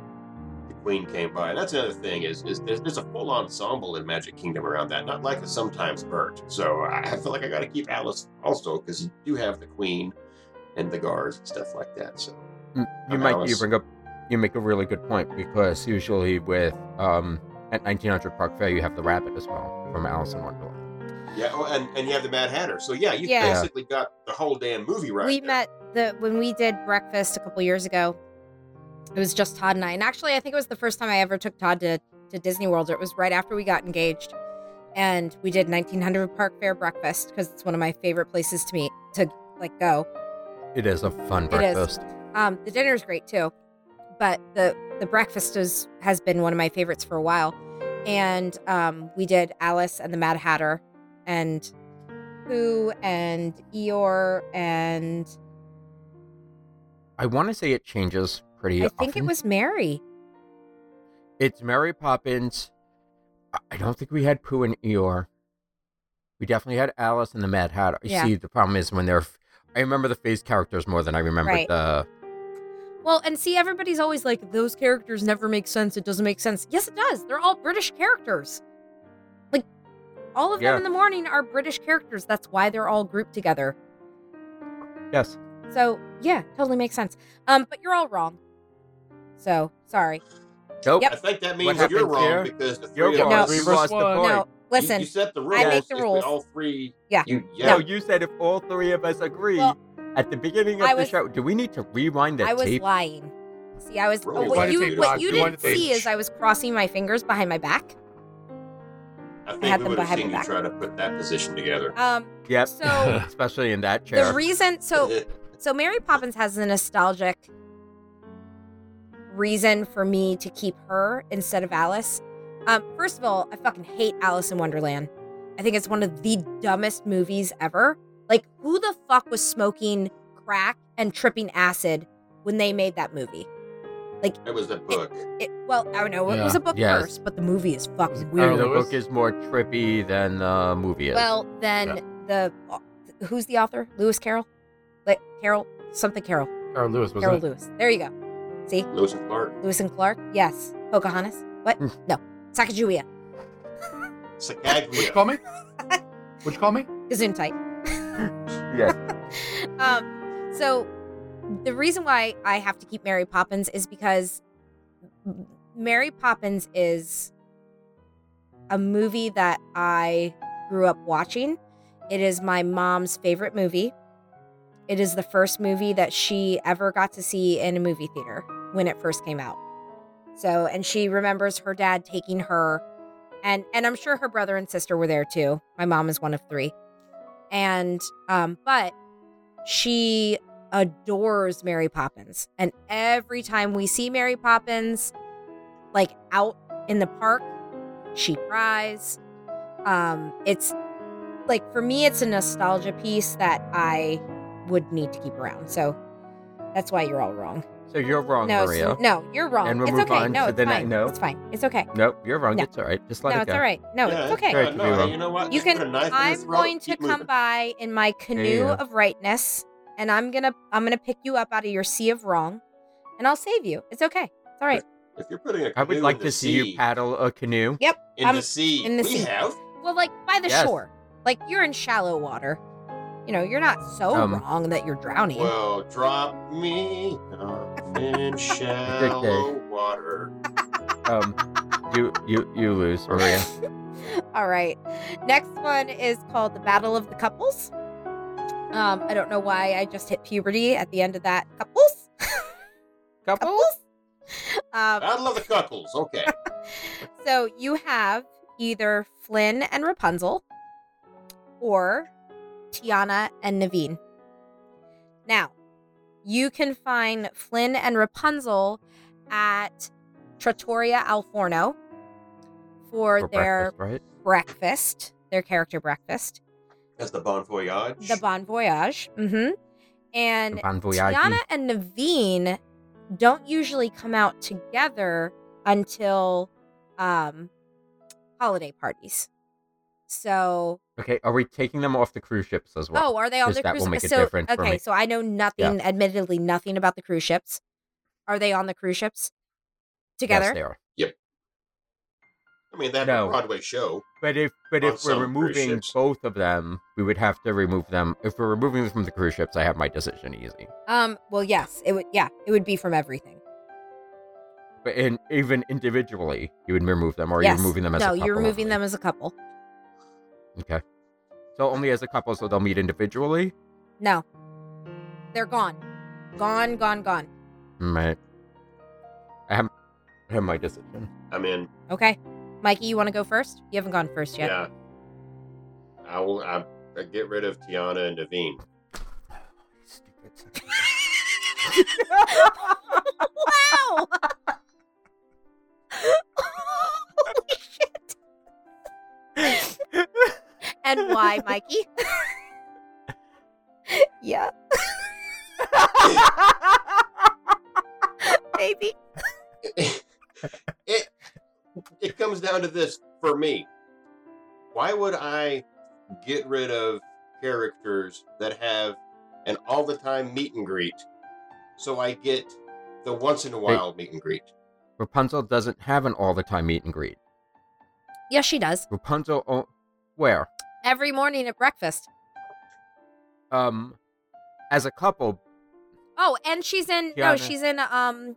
C: the queen came by and that's another thing is, is there's, there's a full ensemble in magic kingdom around that not like a sometimes bert so i I feel like i got to keep alice also because you do have the queen and the guards and stuff like that so
D: Mm, You
C: I'm
D: might you
C: Alice.
D: bring up you make a really good point because usually with um at 1900 Park Fair you have the rabbit as well from Alice in Wonderland.
C: yeah oh, and, and you have the mad hatter so yeah you
A: Yeah.
C: basically got the whole damn movie right
A: we
C: there.
A: met the when we did breakfast a couple years ago. It was just Todd and I, and actually, I think it was the first time I ever took Todd to to Disney World. It was right after we got engaged, and we did 1900 Park Fair breakfast because it's one of my favorite places to meet to like go.
D: It is a
A: It
D: fun
A: is.
D: breakfast.
A: Um, the dinner's great too, but the the breakfast is, has been one of my favorites for a while. And um, we did Alice and the Mad Hatter, and Who and Eeyore and
D: I want to say it changes pretty
A: I think it
D: often.
A: was Mary.
D: It's Mary Poppins. I- I don't think we had Pooh and Eeyore. We definitely had Alice and the Mad Hatter. You
A: Yeah.
D: See, the problem is when they're. f- I remember the face characters more than I remember
A: Right.
D: the.
A: Well, and see, everybody's always like, those characters never make sense. It doesn't make sense. Yes, it does. They're all British characters. Like, all of
D: Yeah.
A: them in the morning are British characters. That's why they're all grouped together.
D: Yes.
A: So, yeah, totally makes sense. Um, but you're all wrong. So, sorry.
D: Nope.
A: Yep.
C: i think that means
D: happened
C: you're wrong
D: here?
C: because the 3
D: You're
C: of
D: wrong.
A: No.
C: us
D: We
E: Three
D: lost
E: versus
D: the
E: one.
D: point.
A: No, listen.
C: you, you set the rules
A: I make the
C: If we
A: rules.
C: all three
A: Yeah.
C: you,
D: No,
C: yeah
D: you said if all three of us agree
A: Well,
D: at the beginning of
A: I
D: the
A: was-
D: show, do we need to rewind that
A: I was
D: tape?
A: lying. See, I was.
C: Roll
A: oh,
C: your
A: what
C: white
A: you,
C: tape,
A: what
C: Doc.
A: you
C: Do
E: your
A: didn't
E: white
A: see
E: tape.
A: is I was crossing my fingers behind my back.
C: i think
A: had
C: we
A: them
C: would have
A: behind
C: seen
A: my
C: you
A: back. Uh,
C: try to put that position together
A: Um,
D: Yep.
A: so
D: Especially in that chair.
A: the reason. So So Mary Poppins has a nostalgic reason for me to keep her instead of Alice. Um, first of all, I fucking hate Alice in Wonderland. I think it's one of the dumbest movies ever. Like, who the fuck was smoking crack and tripping acid when they made that movie?
C: it was a book
A: It, well, I don't know. It was
E: Yeah.
A: a book
D: Yes.
A: first, but the movie is fucking
E: Carl
D: Even
A: weird.
D: the
E: Lewis?
D: book is more trippy than the movie is.
A: Well, then the who's the author? Lewis Carroll, like Carroll something Carroll,
E: Carl Lewis was
A: Carroll
E: it?
A: Lewis. There you go. See,
C: lewis and clark
A: Lewis and Clark? Yes. Pocahontas? What?
D: Hmm.
A: no. Sacagawea.
E: Would you
C: Sacagawea.
E: call me? Would you call me?
A: Gesundheit.
D: Yes.
A: Um, so the reason why I have to keep Mary Poppins is because Mary Poppins is a movie that I grew up watching. It is my mom's favorite movie. It is the first movie that she ever got to see in a movie theater when it first came out. So, and she remembers her dad taking her and and I'm sure her brother and sister were there too. My mom is one of 3. And um but she adores Mary Poppins. And every time we see Mary Poppins, like out in the park, she cries. Um, it's like for me, it's a nostalgia piece that I would need to keep around. So that's why you're all wrong.
D: so you're wrong,
A: no,
D: Maria.
A: so- no, you're wrong.
D: And we'll
A: it's
D: move
A: okay.
D: on
A: no,
D: to
A: it's
D: the ne-
A: fine.
D: no.
A: It's fine. It's okay.
D: Nope, you're wrong.
A: No.
D: It's all right. Just let
A: no,
D: it
A: it's
D: go.
A: all right. No, Oh, it's okay.
D: Sorry to be wrong.
C: you know what?
A: You
C: It's
A: can.
C: been a nice-
A: I'm
C: let's roll.
A: going to
C: Keep
A: come
C: moving.
A: by in my canoe
D: Yeah.
A: of rightness, and I'm gonna I'm gonna pick you up out of your sea of wrong, and I'll save you. It's okay. It's all right.
C: If you're putting a
D: I would
C: canoe
D: like
C: in
D: to
C: the
D: see you
C: sea-
D: paddle a canoe.
C: in
A: I'm-
C: the sea.
A: in the
C: we
A: sea.
C: have.
A: Well, like by the
D: Yes.
A: shore. Like you're in shallow water. You know, you're not so
D: Um,
A: wrong that you're drowning.
C: Well, drop me down in shallow water.
D: Um, you you you lose, Maria.
A: All right. Next one is called the Battle of the Couples. Um, I don't know why I just hit puberty at the end of that. Couples?
D: Oh. Couple.
A: Couples? Um,
C: I love the cuckles. Okay.
A: so you have either Flynn and Rapunzel or Tiana and Naveen. Now, you can find Flynn and Rapunzel at Trattoria Al Forno for,
D: For
A: their
D: breakfast, right?
A: breakfast, their character breakfast,
C: That's the Bon Voyage.
A: the Bon Voyage. Mm-hmm. And
D: The Bon voyage.
A: Tiana and Naveen don't usually come out together until um, holiday parties. So,
D: Okay, are we taking them off the cruise ships as well?
A: oh, are they on
D: 'cause
A: the
D: that
A: cruise?
D: will make a
A: so,
D: difference for
A: okay,
D: me.
A: so I know nothing, admittedly, nothing about the cruise ships. Are they on the cruise ships together?
D: Yes, they are.
C: I mean, that's
D: No.
C: a Broadway show.
D: But if but
C: On
D: if
C: some
D: we're
C: cruise
D: removing
C: ships.
D: both of them, we would have to remove them. If we're removing them from the cruise ships, I have my decision easy.
A: um, well, yes, it would. Yeah, it would be from everything.
D: But in, even individually, you would remove them, or are
A: yes.
D: you removing them as
A: no,
D: a couple
A: you're removing
D: only?
A: them as a couple.
D: Okay. So only as a couple, so they'll meet individually.
A: No, they're gone, gone, gone, gone.
D: Right. Hmm, I have, I have my decision.
C: I mean,
A: Okay, Mikey, you want to go first? You haven't gone first yet.
C: yeah. I will. I, I get rid of Tiana and Naveen.
D: Stupid.
A: wow! Holy shit! And why, Mikey? yeah. Maybe.
C: it it comes down to this for me. Why would I get rid of characters that have an all the time meet and greet so I get the once in a while meet and greet?
D: Rapunzel doesn't have an all the time meet and greet.
A: Yes, she does.
D: Rapunzel, o- where?
A: Every morning at breakfast.
D: Um, as a couple,
A: Oh, and she's in. No,
D: Tiana.
A: she's in. Um,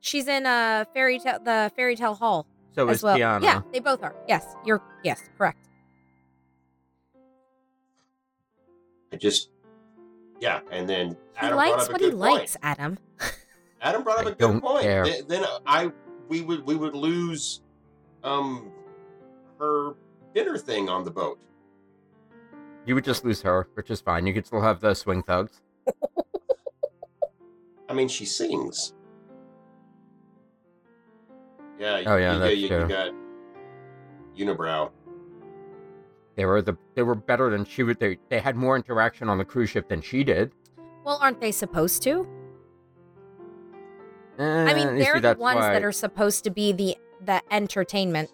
A: she's in a fairy tale. The fairy tale hall.
D: so
A: as
D: is
A: well.
D: Tiana.
A: Yeah, they both are. Yes, you're yes, correct.
C: I just yeah, and then
A: He
C: Adam brought
A: likes
C: up a
A: what he
C: good point.
A: likes, Adam.
C: Adam brought up
D: I
C: a
D: don't
C: good point.
D: care.
C: Th- Then I we would we would lose um her dinner thing on the boat.
D: You would just lose her, which is fine. You could still have the swing thugs.
C: I mean, she sings. Yeah.
D: Oh, yeah,
C: You,
D: that's
C: you, you
D: true.
C: got unibrow.
D: They were the they were better than she would. They they had more interaction on the cruise ship than she did.
A: Well, aren't they supposed to? I
D: Eh,
A: mean,
D: you see,
A: they're the
D: that's
A: ones
D: why-
A: that are supposed to be the the entertainment.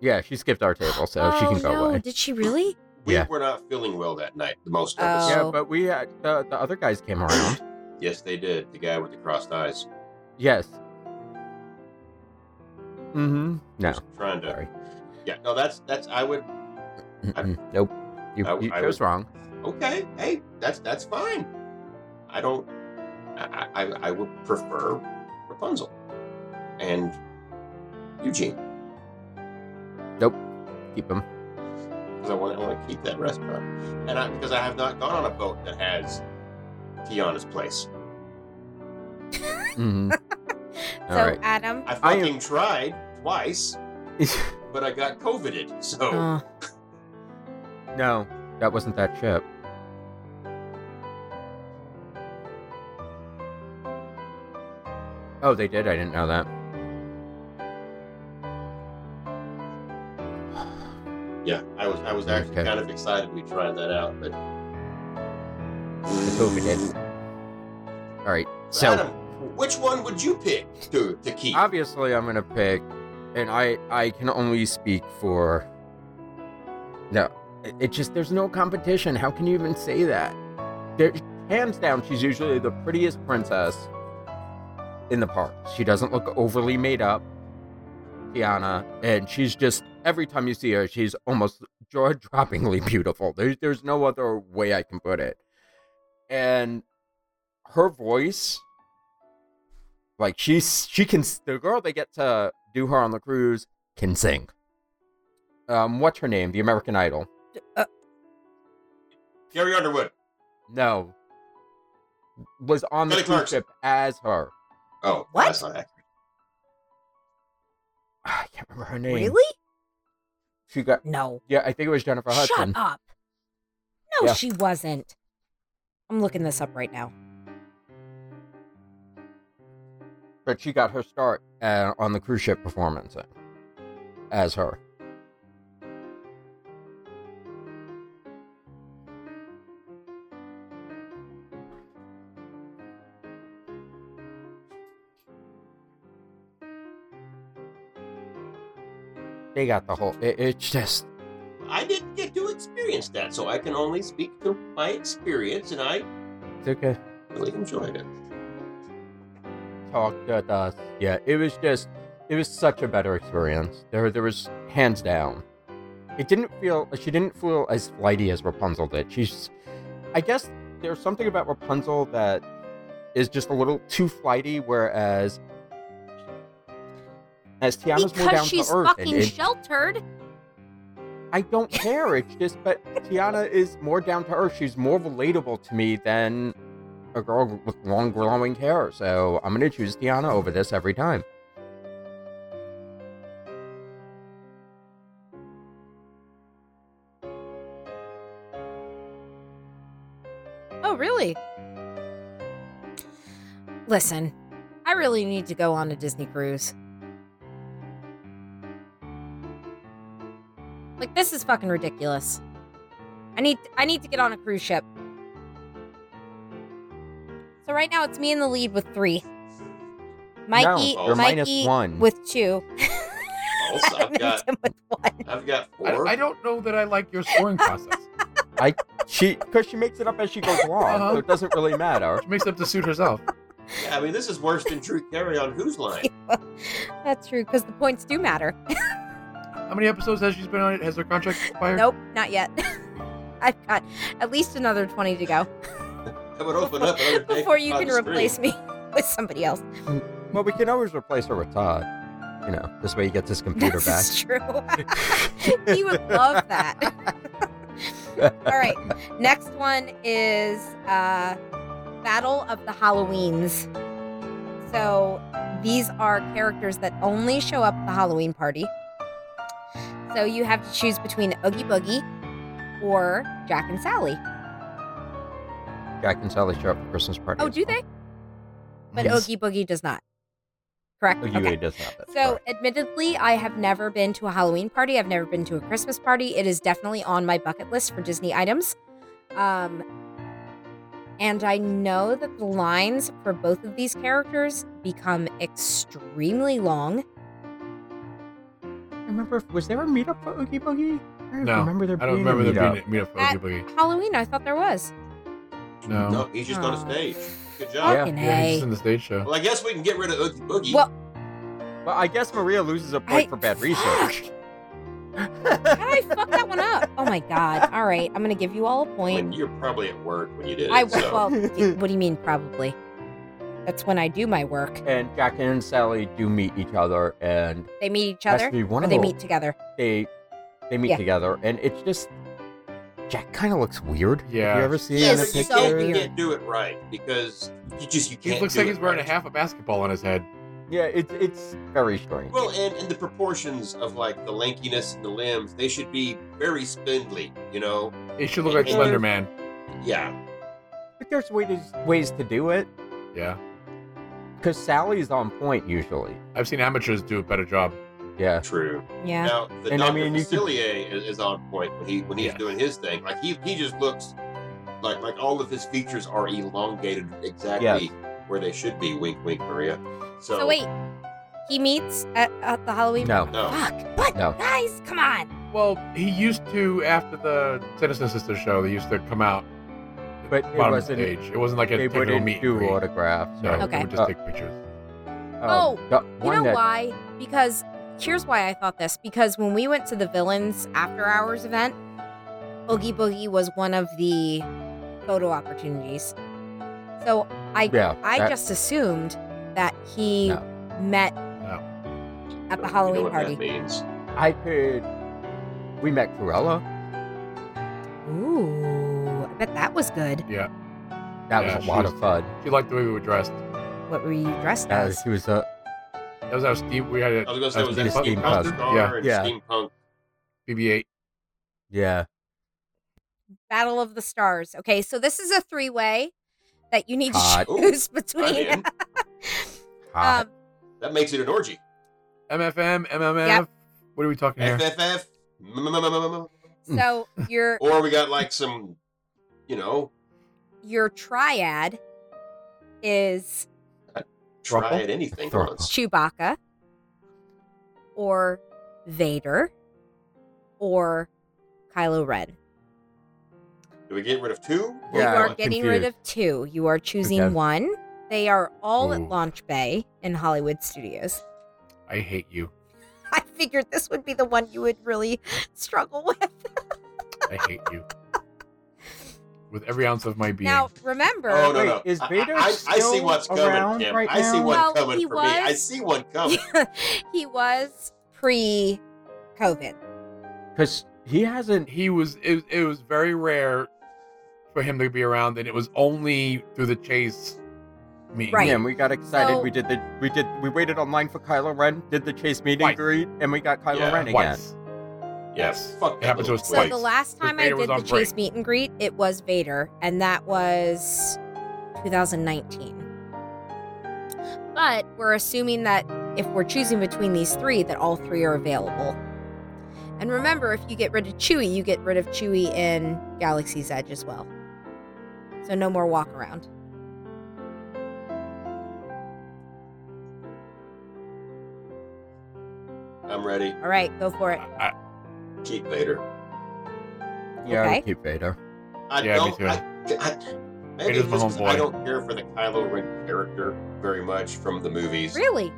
D: Yeah, she skipped our table, so she can go
A: Oh, no.
D: away.
A: Did she really?
C: We
D: Yeah.
C: were not feeling well that night. The most of
A: Oh.
C: us.
D: Yeah, but we uh, the the other guys came around.
C: Yes, they did. The guy with the crossed eyes.
D: yes. Mm-hmm. No.
C: Just uh, Trying to.
D: Sorry.
C: Yeah. No, that's that's. I would.
D: Mm-mm. Nope. You,
C: I-
D: you
C: I
D: chose
C: would-
D: wrong.
C: Okay. Hey, that's that's fine. I don't. I I, I- I would prefer Rapunzel and Eugene
D: Keep them.
C: because I want I want to keep that restaurant and I because I have not gone on a boat that has Tiana's place.
D: Mm-hmm.
A: so
D: All right.
A: Adam.
C: I
D: I am-
C: fucking tried twice, but I got coveted. So
A: Oh.
D: no, that wasn't that ship. Oh, they did. I didn't know that.
C: yeah, I was I was actually
D: Okay.
C: kind of excited we tried that out, but
D: The COVID hit. All right. So.
C: Adam, which one would you pick to to keep?
D: obviously i'm gonna pick and i i can only speak for no it, it just there's no competition how can you even say that there, hands down she's usually the prettiest princess in the park she doesn't look overly made up tiana and she's just every time you see her, she's almost jaw droppingly beautiful. There's there's no other way I can put it. And her voice, like she's she can the girl they get to do her on the cruise can sing. Um, what's her name? The American Idol.
C: Gary Underwood.
D: No. Was on the
C: Kelly
D: cruise
C: Clarkson.
D: ship as her.
C: Oh,
A: What?
C: That's not accurate.
D: Ah, I can't remember her name.
A: Really?
D: She got
A: No.
D: yeah, I think it was Jennifer
A: Shut
D: Hudson.
A: up. No,
D: Yeah.
A: she wasn't. I'm looking this up right now.
D: But she got her start uh, on the cruise ship performance uh, as her. They got the whole. It, it's just
C: I didn't get to experience that, so I can only speak to my experience, and I
D: it's okay.
C: really enjoyed it.
D: talked at us. Yeah, it was just, it was such a better experience. There, there was hands down. It didn't feel she didn't feel as flighty as Rapunzel did. She's, I guess there's something about Rapunzel that is just a little too flighty, whereas as Tiana's more down
A: because she's
D: to earth. and
A: fucking
D: it-
A: sheltered.
D: I don't care. It's just, but Tiana is more down to earth. She's more relatable to me than a girl with long, glowing hair. So I'm going to choose Tiana over this every time.
A: Oh, really? Listen, I really need to go on a Disney cruise. Like this is fucking ridiculous. I need I need to get on a cruise ship. So right now it's me in the lead with 3. Mikey,
D: no, you're
A: Mikey
D: minus one.
A: with 2.
C: Also, I've
A: and
C: got
A: Tim with 1.
C: I've got
E: I,
C: four.
E: I don't know that I like your scoring process.
D: she, because she makes it up as she
A: Uh-huh.
D: goes along, so it doesn't really matter.
E: She makes up to suit herself.
C: Yeah, I mean, this is worse than True Carry on Who's Line.
A: That's true cuz the points do matter.
E: How many episodes has she been on it? Has her contract expired?
A: Nope, not yet. I've got at least another 20 to go
C: That would open up another day
A: before you
C: on
A: can
C: the screen.
A: replace me with somebody else.
D: Well, we can always replace her with Todd. You know, this way he gets his computer
A: This
D: back.
A: is true. he would love that. All right. Next one is uh, Battle of the Halloweens. So these are characters that only show up at the Halloween party. So you have to choose between Oogie Boogie or Jack and Sally.
D: Jack and Sally show up for Christmas party.
A: Oh, do they? But
D: Yes.
A: Oogie Boogie does not. Correct?
D: Oogie
A: Okay.
D: Boogie does not. that's
A: So,
D: correct.
A: admittedly, I have never been to a Halloween party. I've never been to a Christmas party. It is definitely on my bucket list for Disney items. Um, and I know that the lines for both of these characters become extremely long.
D: I remember, was there a meetup for Oogie Boogie? I don't
E: No,
D: remember there
E: I don't
D: being a
E: remember them
D: meetup.
E: being meet up for
A: That-
E: Oogie
A: Halloween, I thought there was.
E: Boogie. No.
C: No, he's just on a stage. Good job.
D: Yeah.
A: Fucking
E: Yeah, he's
A: A.
E: just in the stage show.
C: Well, I guess we can get rid of Oogie Boogie.
A: Well,
D: Well, I guess Maria loses a point
A: I-
D: for bad
A: fuck.
D: research.
A: how did I fuck that one up? Oh my God. All right. I'm going to give you all a
C: I
A: point.
C: mean, you're probably at work when you did it.
A: I,
C: so.
A: well, d- what do you mean, probably? That's when I do my work.
D: and Jack and Sally do meet each other, and
A: They meet each
D: that's
A: other,
D: the one
A: or
D: of
A: they
D: them.
A: meet together.
D: They they meet
A: Yeah.
D: together, and it's just Jack kind of looks weird.
E: Yeah.
D: have you ever seen
A: He
D: him in a
A: is
C: you,
A: so
D: picture?
C: can't, you
A: weird.
C: can't do it right because you just you can't.
E: He looks
C: do
E: like
C: it
E: he's wearing a
C: right.
E: half a basketball on his head.
D: Yeah, it's it's very strange.
C: Well, and, and the proportions of like the lankiness and the limbs, they should be very spindly, you know?
E: He should look like
C: Yeah.
E: Slender Man.
C: Yeah.
D: but there's ways ways to do it
E: Yeah.
D: because Sally's on point usually.
E: I've seen amateurs do a better job.
D: Yeah,
C: True.
A: Yeah.
C: Now the
D: And I
C: Dr.
D: mean, you could-
C: Facilier is, is on point when he when he's
E: Yes.
C: doing his thing. Like he he just looks like like all of his features are elongated exactly where they should be. Wink, wink, Maria. So,
A: So, wait, he meets at, at the Halloween.
D: no,
C: No.
A: Fuck! But
D: No.
A: guys, come on.
E: Well, he used to after the Tennyson Sisters show. They used to come out
D: but it
E: bottom of the
D: wasn't.
E: stage. It wasn't like a
D: They
E: typical meet.
D: wouldn't
E: and
D: do
E: greet.
D: autographs.
E: No,
D: or-
E: they
A: Okay.
E: would just
D: Uh,
E: take pictures.
D: um,
A: Oh,
D: the
A: You
D: one
A: know
D: that-
A: why? Because here's why I thought this because when we went to the villains after hours event, Oogie Boogie was one of the photo opportunities. So I
D: Yeah.
A: I
D: that-
A: just assumed that he
D: No.
A: met at the Halloween
C: you know what
A: party.
C: That means.
D: I could. We met Cruella.
A: Ooh, I bet that was good.
D: That
E: Yeah,
D: was
E: she
D: a lot
E: was-
D: of fun.
E: She liked the way we were dressed.
A: What were you dressed
D: Yeah,
A: as?
D: she was a.
E: That was our steam. We had a
C: I was going to say, was that
D: That's
C: steampunk
D: steampunk.
C: star
E: Yeah.
C: and
D: Yeah.
C: steampunk?
E: BB-8.
D: Yeah.
A: Battle of the Stars. Okay, so this is a three way that you need to
D: Hot.
A: choose
C: I
A: between. Um,
C: mean,
D: Hot.
C: that makes it an orgy.
E: MFM, MMF.
A: Yep.
E: What are we talking here?
C: FFF. mm,
A: so your
C: Or we got like some, you know,
A: your triad is
C: try
E: Thruple?
C: at anything
D: Thruple.
C: once.
A: Chewbacca or Vader or Kylo Ren.
C: Do we get rid of two? or
D: Yeah,
A: you are
D: I'm
C: one?
A: getting rid of two. You are choosing
D: Okay.
A: one. They are all at
E: Ooh.
A: Launch Bay in Hollywood Studios.
E: I hate you.
A: I figured this would be the one you would really struggle with.
E: I hate you. With every ounce of my being.
A: Now, remember,
C: Oh no,
D: Wait,
C: no.
D: is
C: I-
D: Vader
C: I, I, I see
D: still
C: what's coming,
D: around
C: Kim.
D: right
C: I see
D: now?
C: one
A: Well, he
C: coming for me. I
A: was-
C: see one coming.
A: he was pre COVID. Um,
D: Because he hasn't.
E: he was it, was- it was very rare for him to be around and it was only through the chase meeting.
A: Right.
D: Yeah, and we got excited.
A: So-
D: we did the. We did. We waited online for Kylo Ren. Did the chase meet
E: Twice.
D: and greet, and we got Kylo
C: Yeah,
D: Ren again.
E: Twice.
C: Yes. Fuck
E: It
C: that
E: happened to
C: little
E: us
A: So
C: place.
A: the
E: Twice.
A: last time I
E: Vader was
A: did the
E: on
A: Chase
E: break.
A: meet and greet, it was Vader, and that was 2019. But we're assuming that if we're choosing between these three, that all three are available. And remember, if you get rid of Chewie, you get rid of Chewie in Galaxy's Edge as well. So no more walk around.
C: I'm ready.
A: All right, go for it.
E: I,
C: Keep Vader.
D: Yeah,
A: Okay.
D: we keep Vader.
C: I
E: Yeah, me
C: don't.
E: too.
C: I, I, maybe
E: Vader's
C: just
E: my
C: 'cause
E: homeboy.
C: I don't care for the Kylo Ren character very much from the movies
A: Really?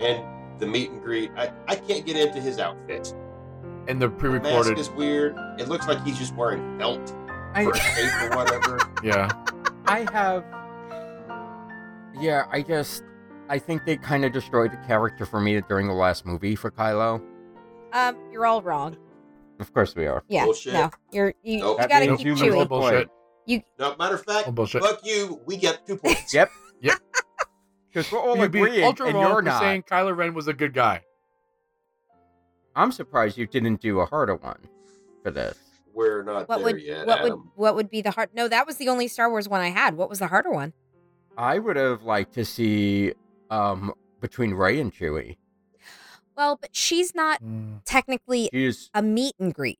C: and the meet and greet. I, I can't get into his outfit.
E: and
C: The
E: the
C: mask
E: pre-recorded
C: is weird. It looks like he's just wearing felt or
D: I
C: tape or whatever.
E: yeah
D: I have. Yeah, I just. I think they kind of destroyed the character for me during the last movie for Kylo.
A: Um, you're all wrong.
D: Of course we are.
A: Yeah,
C: Bullshit.
A: no, you're you,
C: Nope.
A: you
D: That
A: gotta
D: means
A: keep
D: you lose
A: Chewie.
D: the point.
E: Bullshit.
C: No, matter of fact,
E: oh bullshit
C: fuck you. We get two points.
D: Yep.
E: Yep.
D: Because we're all
E: You'd be
D: agreeing,
E: ultra
D: and
E: wrong
D: you're
E: for
D: not.
E: saying Kylo Ren was a good guy
D: I'm surprised you didn't do a harder one for this.
C: We're not
A: What
C: there
A: would
C: yet,
A: what would
C: Adam.
A: what would be the hard? No, that was the only Star Wars one I had. What was the harder one?
D: I would have liked to see um between Ray and Chewie.
A: Well, but she's not
E: Mm.
A: technically
D: She's
A: a meet and greet.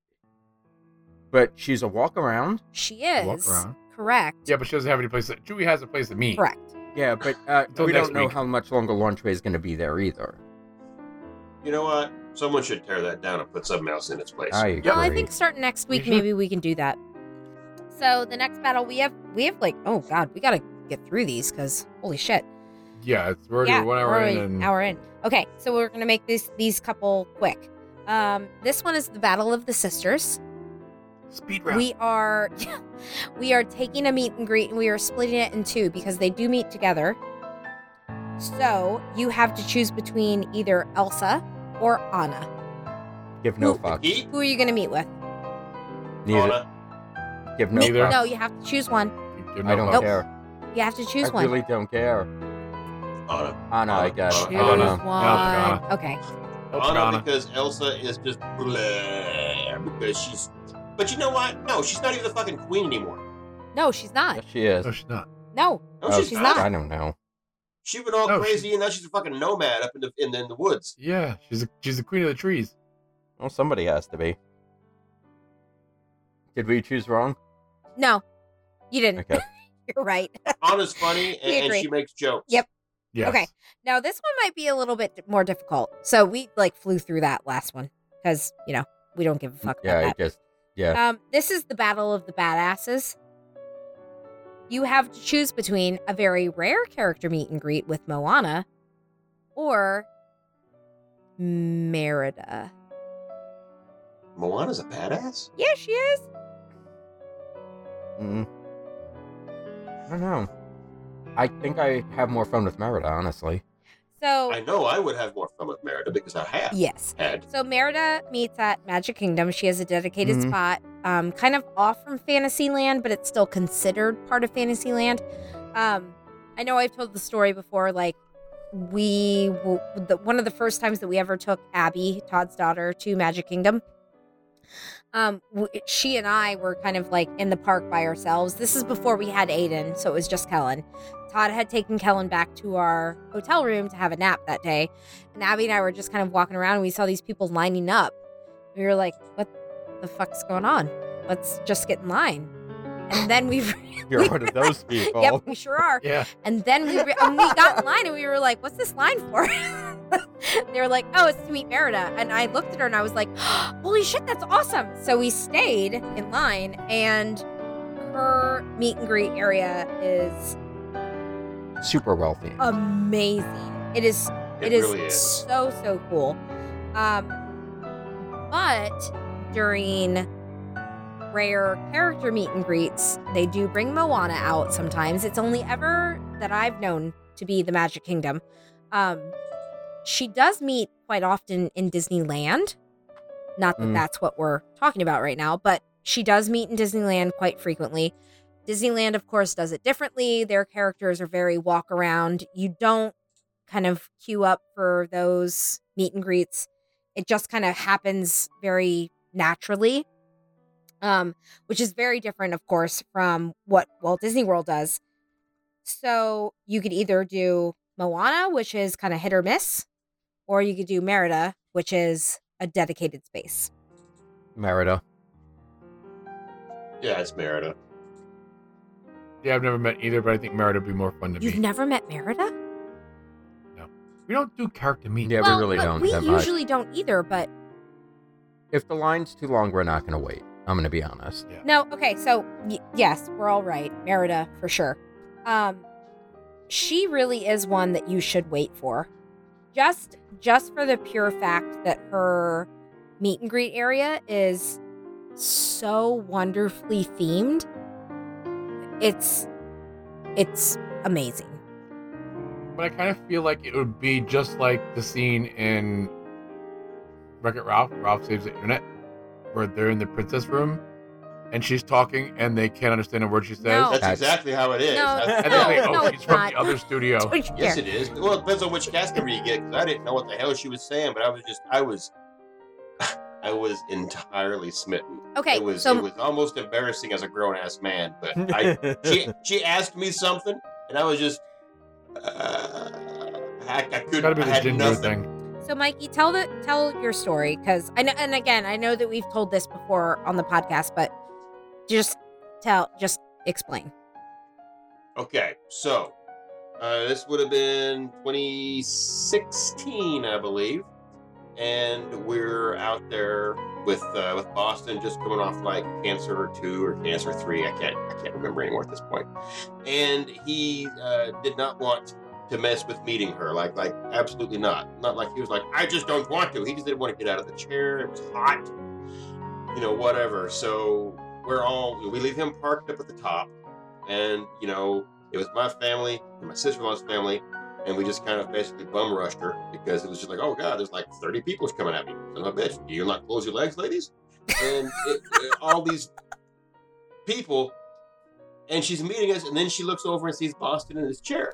D: but she's a walk around.
A: She
E: Walk
A: is
D: uh-huh.
E: around.
A: correct.
E: yeah but she doesn't have any place to, Chewie has a place to meet
A: Correct.
D: Yeah, but uh,
E: Until
D: we
E: next
D: don't know
E: week.
D: how much longer Launchway is going to be there either.
C: You know what? Someone should tear that down and put something else in its place.
D: I agree.
A: Well, I think starting next week,
E: Mhm.
A: maybe we can do that. So the next battle we have, we have like, oh god, we gotta get through these because holy shit.
E: yeah it's, we're already
A: yeah,
E: one hour
A: we're
E: in
A: already
E: and
A: hour in. Okay, so we're gonna make this these couple quick. Um, this one is the Battle of the Sisters.
E: speed round
A: We are we are taking a meet and greet and we are splitting it in two because they do meet together. So you have to choose between either Elsa or Anna.
D: give no
A: Who-
D: fuck.
C: Eat,
A: Who are you gonna meet with?
D: Neither.
C: Anna.
D: Give no
E: Neither.
D: fuck.
A: No, you have to choose one.
E: Give no
D: I don't
E: fucks.
D: care.
A: You have to choose
D: I
A: one.
D: really don't care.
C: Anna.
D: Anna, I guess.
A: Choose
E: I don't know.
A: one.
E: No, it's
A: Okay.
E: Oh,
C: Anna,
E: Anna.
C: because Elsa is just bleh, because she's. But you know what? No, she's not even the fucking queen anymore.
A: No, she's not.
D: Yes, she is.
E: no Oh, she's not
A: No.
C: No,
D: Oh,
C: she's,
A: she's
C: not.
A: not.
D: I don't know.
C: She went all
E: No,
C: crazy, and now she's a fucking nomad up in the in, in the woods.
E: yeah she's a, she's the queen of the trees
D: Well, Oh, somebody has to be. Did we choose wrong?
A: No. You didn't.
D: Okay.
A: You're right.
C: Anna's funny,
A: We
C: and, and
A: agree.
C: she makes jokes.
A: Yep.
E: yes
A: Okay. Now this one might be a little bit more difficult. So we like flew through that last one because you know we don't give a fuck about
D: yeah,
A: that.
D: I just. Yeah.
A: Um, this is the battle of the badasses. You have to choose between a very rare character meet and greet with Moana or Merida.
C: Moana's a badass.
A: Yeah, she is.
D: Mm. I don't know. I think I have more fun with Merida, honestly.
A: So
C: I know I would have more fun with Merida because I have
A: yes.
C: had.
A: So Merida meets at Magic Kingdom. She has a dedicated
D: Mhm.
A: spot, um, kind of off from Fantasyland, but it's still considered part of Fantasyland. Um, I know I've told the story before. Like we, w- the, one of the first times that we ever took Abby, Todd's daughter, to Magic Kingdom. Um, w- she and I were kind of like in the park by ourselves. This is before we had Aiden, so it was just Kellen. Todd had taken Kellen back to our hotel room to have a nap that day and Abby and I were just kind of walking around and we saw these people lining up. We were like, what the fuck's going on? Let's just get in line. And then we,
D: You're one of those people.
A: yep, we sure are.
E: Yeah.
A: And then we, re- and we got in line and we were like, what's this line for? they were like, oh, it's to meet Merida. And I looked at her and I was like, holy shit, that's awesome. So we stayed in line and her meet and greet area is
D: Super wealthy.
A: Um, amazing. It is
C: It,
A: is,
C: really is.
A: so so cool. Um, but during rare character meet and greets, they do bring Moana out sometimes. It's only ever that I've known to be the Magic Kingdom. Um, she does meet quite often in Disneyland. Not that
D: Mm.
A: that's what we're talking about right now, but she does meet in Disneyland quite frequently. Disneyland, of course, does it differently. Their characters are very walk around. You don't kind of queue up for those meet and greets. It just kind of happens very naturally, um, which is very different, of course, from what Walt Disney World does. So you could either do Moana, which is kind of hit or miss, or you could do Merida, which is a dedicated space.
D: Merida.
C: Yeah, it's Merida.
E: Yeah, I've never met either, but I think Merida would be more fun to
A: You've
E: meet.
A: never met Merida?
E: we don't do character meet.
D: Yeah,
A: well,
D: we really
A: but
D: don't
A: We
D: that much.
A: usually don't either, but
D: If the line's too long, we're not going to wait. I'm going to be honest.
A: No, okay, so y- yes, we're all right. Merida for sure. Um she really is one that you should wait for. Just just for the pure fact that her meet and greet area is so wonderfully themed. It's it's amazing.
E: But I kind of feel like it would be just like the scene in Wreck It Ralph, Ralph Saves the Internet, where they're in the princess room and she's talking and they can't understand a word she says.
A: No.
C: That's,
D: That's-
C: exactly how it is.
A: oh. No,
C: That's-
E: And then they, oh,
A: no,
E: she's
A: it's
E: from
A: not.
E: the other studio.
A: Don't you
C: Yes,
A: dare.
C: it is. Well, it depends on which cast member you get. Because I didn't know what the hell she was saying, but I was just, I was, I was entirely smitten.
A: Okay,
C: it was,
A: so
C: it was almost embarrassing as a grown ass man. But I, she, she asked me something, and I was just, uh, I, I
E: It's
C: couldn't.
E: gotta be
C: I
E: the
C: had
E: ginger
C: nothing.
E: thing.
A: So, Mikey, tell the tell your story because I know, and again, I know that we've told this before on the podcast, but just tell, just explain.
C: Okay, so uh, this would have been 2016, I believe, and we're out there with uh, with Boston just coming off like Cancer Two or Cancer Three. I can't I can't remember anymore at this point. And he uh, did not want to mess with meeting her, like like absolutely not. Not like he was like I just don't want to. He just didn't want to get out of the chair. It was hot, you know, whatever. So we're all we leave him parked up at the top and you know it was my family and my sister-in-law's family and we just kind of basically bum rushed her because it was just like oh god there's like 30 people coming at me son of a bitch do you not close your legs ladies and it, it- all these people and she's meeting us and then she looks over and sees boston in his chair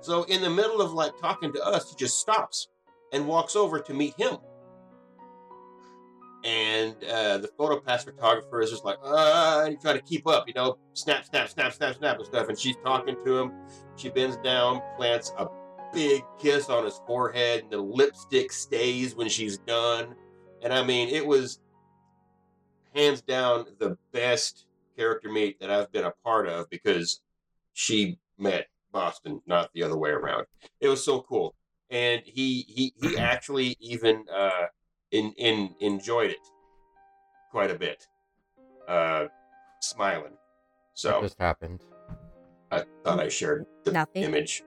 C: so in the middle of like talking to us he just stops and walks over to meet him and uh, the photo pass photographer is just like, uh, and trying to keep up, you know, snap, snap, snap, snap, snap, and stuff. And she's talking to him. She bends down, plants a big kiss on his forehead, and the lipstick stays when she's done. And I mean, it was hands down the best character meet that I've been a part of because she met Boston, not the other way around. It was so cool. And he he he actually even uh in, in enjoyed it quite a bit. Uh smiling.
D: That
C: So
D: just happened.
C: I thought I shared the
A: Nothing.
C: image.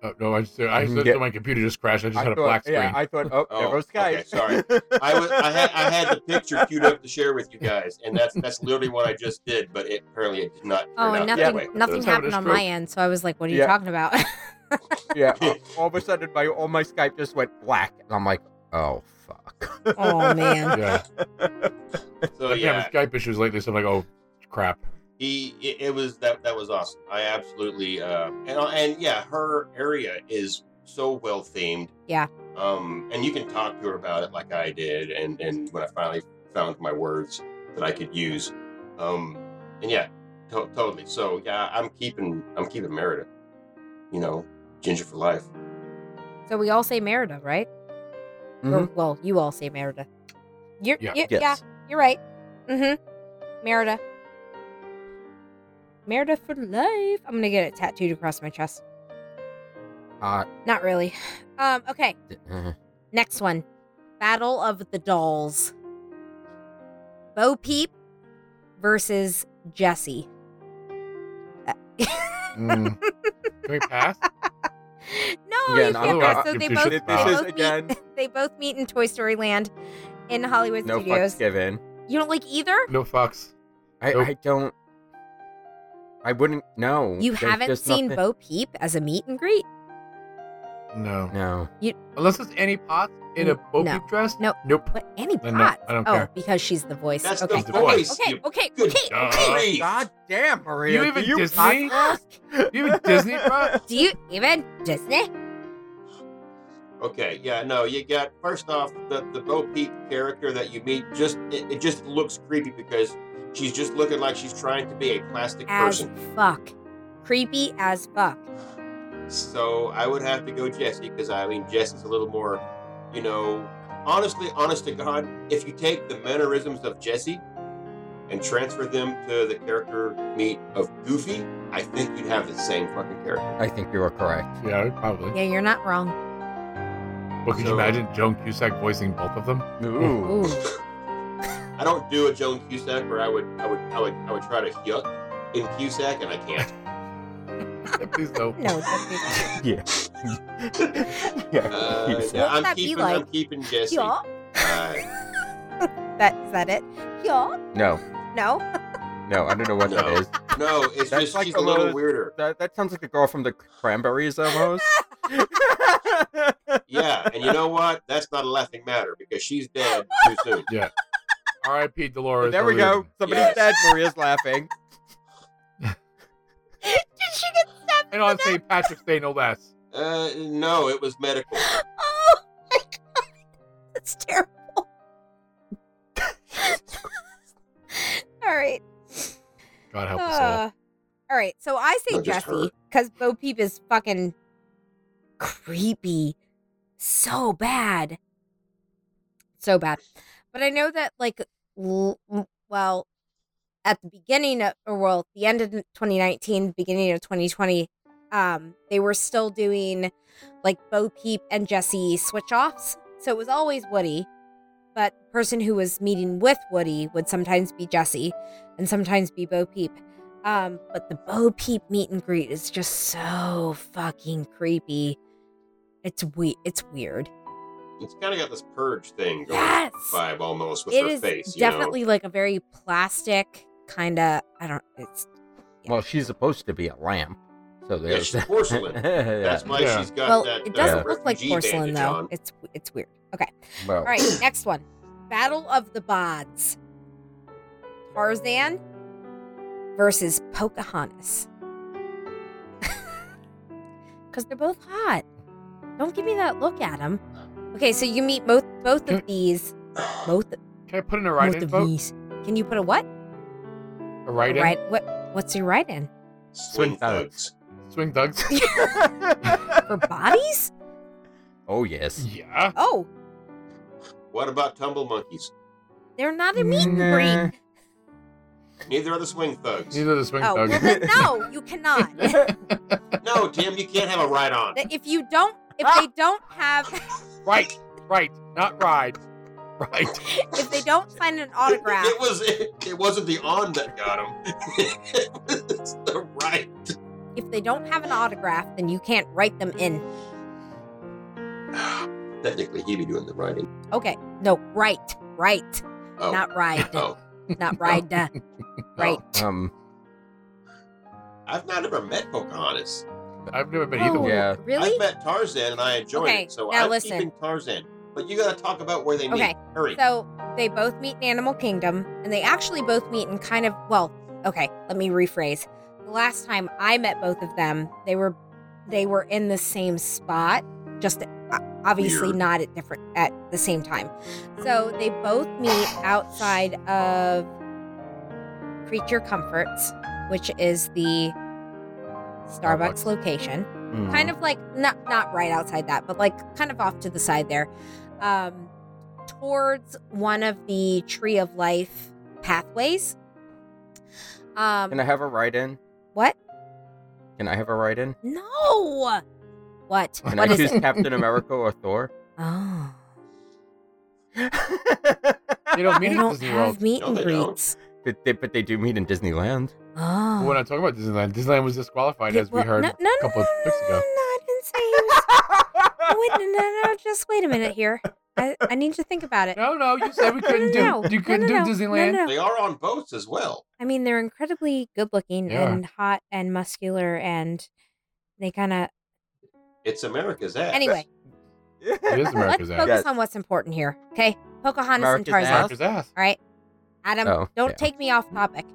E: Oh, no, I just, I just
D: Yeah.
E: my computer just crashed. I just
D: I
E: had a
D: thought-
E: black screen.
D: Yeah, I thought, oh,
C: Oh,
D: there goes Skype.
C: okay, sorry. I was I had I had the picture queued up to share with you guys, and that's that's literally what I just did. But it apparently it did not. Turn
A: Oh,
C: out
A: and
C: that
A: nothing,
C: way.
A: nothing
E: That's how it
A: happened
E: is
A: on
E: true.
A: my end. So I was like, "What are you
D: Yeah.
A: talking about?"
D: yeah, all- all of a sudden, my all my Skype just went black, and I'm like, oh fuck.
A: oh man.
E: yeah.
C: So
E: I've been
C: yeah,
E: having Skype issues lately, so I'm like, oh, crap.
C: he it, it was that that was awesome. I absolutely uh, and and yeah, her area is so well themed.
A: Yeah.
C: Um, and you can talk to her about it like I did, and and when I finally found my words that I could use, um, and yeah, to- totally. So yeah, I'm keeping I'm keeping Merida, you know, ginger for life.
A: So we all say Merida, right? Or,
D: Mhm.
A: well, you all say Merida. You're,
E: Mm-hmm. Yeah.
A: you- yeah,
D: Yes.
A: you're right. Mm-hmm. Merida. Merida for life. I'm gonna get it tattooed across my chest.
D: Uh,
A: Not really. Um. Okay.
D: uh,
A: Next one. Battle of the Dolls. Bo Peep versus Jesse.
E: Mm. Can we pass?
A: No,
D: Yeah,
A: you
D: no,
A: can't
E: I-
A: pass.
E: I-
A: So they
E: you
A: both, they
E: should pass.
D: This
A: both
D: is again
A: meet, they both meet in Toy Story Land in Hollywood
D: no
A: Studios.
D: fucks given.
A: You don't like either?
E: No fucks.
D: I,
E: Nope.
D: I don't. I wouldn't know.
A: You haven't seen
D: both.
A: Bo Peep as a meet and greet?
E: No.
D: No.
E: Unless it's Annie Potts in a
A: N-
E: bo
A: no.
E: peep dress?
A: No.
E: Nope.
A: What Annie
E: No, no,
A: Potts?
E: I don't
A: oh,
E: care.
A: because she's the voice.
C: That's
A: okay.
C: the
A: okay.
C: voice,
A: Okay,
C: you-
A: okay,
C: Good
A: okay,
C: God.
A: okay.
C: Please.
D: God damn, Maria.
E: You even
D: do you
E: Disney?
D: podcast?
E: You even Disney, bro?
A: Do you even Disney?
C: Okay, yeah, no, you got first off the the Bo Peep character that you meet. Just it, it just looks creepy because she's just looking like she's trying to be a plastic
A: As
C: person.
A: fuck. Creepy as fuck.
C: So I would have to go Jesse because I mean Jesse's a little more, you know, honestly, honest to God, if you take the mannerisms of Jesse and transfer them to the character meet of Goofy, I think you'd have the same fucking character.
D: I think you were correct.
E: Yeah, probably.
A: Yeah, you're not wrong.
E: But could you
C: So-
E: imagine Joan Cusack voicing both of them?
A: Ooh.
C: I don't do a Joan Cusack, or I would, I would, I would, I would try to yuck in Cusack, and I can't.
E: Please don't.
A: No, don't do that.
D: Yeah. yeah.
C: Uh,
D: Cusack.
C: yeah,
A: What would
C: I'm
A: that be
C: keeping, I'm
A: like?
C: keeping Jesse.
A: Y'all?
C: Uh,
A: That, is that it? Y'all?
D: No,
A: No?
D: no, I don't know what that
C: No.
D: is.
C: no, it's
D: That's
C: just
D: like
C: she's
D: the
C: a little
D: lowest-
C: weirder.
D: That, that sounds like the girl from the Cranberries almost.
C: Yeah, and you know what? That's not a laughing matter because she's dead too soon.
E: R.I.P. Dolores.
D: there we go.
E: O'Riordan.
D: Somebody's
C: Yes.
D: dead. Maria's laughing.
A: Did she get stabbed?
E: And on St. Patrick's Day, no less.
C: Uh, no, it was medical.
A: Oh my god, that's terrible. all right,
E: God help us all.
A: uh, all right. So I say
C: Not just
A: Jesse
C: her.
A: because Bo Peep is fucking creepy, so bad, so bad. But I know that like, l- well, at the beginning of, or well, the end of 2019, beginning of 2020, um, they were still doing like Bo Peep and Jesse switch offs. So it was always Woody, but the person who was meeting with Woody would sometimes be Jesse and sometimes be Bo Peep. Um, but the Bo Peep meet and greet is just so fucking creepy. It's we it's weird.
C: It's kind of got this purge thing going
A: Yes.
C: vibe almost with
A: It
C: her
A: is
C: face. you know?
A: definitely like a very plastic kind of I don't it's
D: Well, she's supposed to be a lamp. So
C: Yeah,
D: there's
C: she's porcelain.
D: Yeah.
C: That's why
E: Yeah.
C: she's got
A: well,
C: that.
A: it doesn't
C: uh,
A: look like
C: refugee
A: porcelain
C: bandage
A: though.
C: on.
A: It's it's weird. Okay.
D: well,
A: All right, next one. Battle of the Bods. Tarzan versus Pocahontas. Because they're both hot. Don't give me that look at them. Okay, so you meet both both of these. Both,
E: Can I put in a
A: both
E: write-in
A: of
E: vote?
A: these. Can you put a what?
E: A write-in?
A: Right. What? What's your right in
C: Swing
D: Swing
C: thugs.
D: thugs.
E: Swing Dugs?
A: for bodies?
D: oh yes.
E: yeah.
A: Oh,
C: What about tumble monkeys?
A: they're not a meat and
D: Nah.
A: greet.
C: Neither are the swing thugs.
E: Neither the Swing
A: Oh, well,
E: Dugs.
A: then no, you cannot.
C: No, Tim, you can't have a ride on.
A: if you don't, if they don't have.
E: Right, right, not ride. Right.
A: if they don't sign an autograph,
C: It was it, it wasn't the on that got him. it was the right.
A: if they don't have an autograph, then you can't write them in.
C: Technically, he'd be doing the writing.
A: Okay. No, right. Right.
C: Oh,
A: Not ride.
C: oh,
A: Not ride. uh, right.
D: Um,
C: I've not ever met Pocahontas.
E: I've never been either
A: Oh,
E: one.
D: Yeah.
A: Really?
C: I've met Tarzan and I enjoyed
A: Okay,
C: it. So
A: now
C: I'm
A: listen.
C: keeping Tarzan. But you got to talk about where they meet.
A: Okay,
C: Hurry.
A: So they both meet in Animal Kingdom, and they actually both meet in kind of, well, okay, let me rephrase. The last time I met both of them, they were they were in the same spot, just uh, obviously
C: Weird.
A: not at different at the same time. So they both meet outside of Creature Comforts, which is the Starbucks
E: Starbucks.
A: location
D: mm,
A: kind of like not not right outside that, but like kind of off to the side there, um, towards one of the Tree of Life pathways. Um,
D: Can I have a write in?
A: what?
D: Can I have a write in?
A: No. What?
D: Can
A: What
D: I
A: is
D: choose
A: it?
D: Captain America or Thor?
A: Oh,
E: They don't meet
A: they
E: at
A: don't
E: Disney World.
A: have meet
C: No,
A: and
C: they don't.
A: greets.
D: but, they, but they do meet in Disneyland.
A: Oh.
E: We're not talking about Disneyland. Disneyland was disqualified,
A: Yeah,
E: as we
A: well,
E: heard
A: no, no,
E: a
A: no,
E: couple of
A: no,
E: weeks
A: no,
E: ago.
A: no, I didn't say. It was... wait, no, no, no, just wait a minute here. I, I need to think about it.
E: No, no, you said we couldn't do.
A: No, no,
E: You
A: no, no,
E: couldn't do
A: no,
E: Disneyland.
A: no, no.
C: They are on boats as well.
A: I mean, they're incredibly good looking
E: They are.
A: and hot and muscular, and they kind of.
C: It's America's ass.
A: Anyway,
E: It is
A: let's
E: America's
A: focus
E: ass.
D: Yes.
A: on what's important here. Okay, Pocahontas and
D: America's
A: Tarzan.
D: ass.
E: America's ass.
A: All right, Adam,
D: Oh,
A: don't
D: yeah.
A: take me off topic.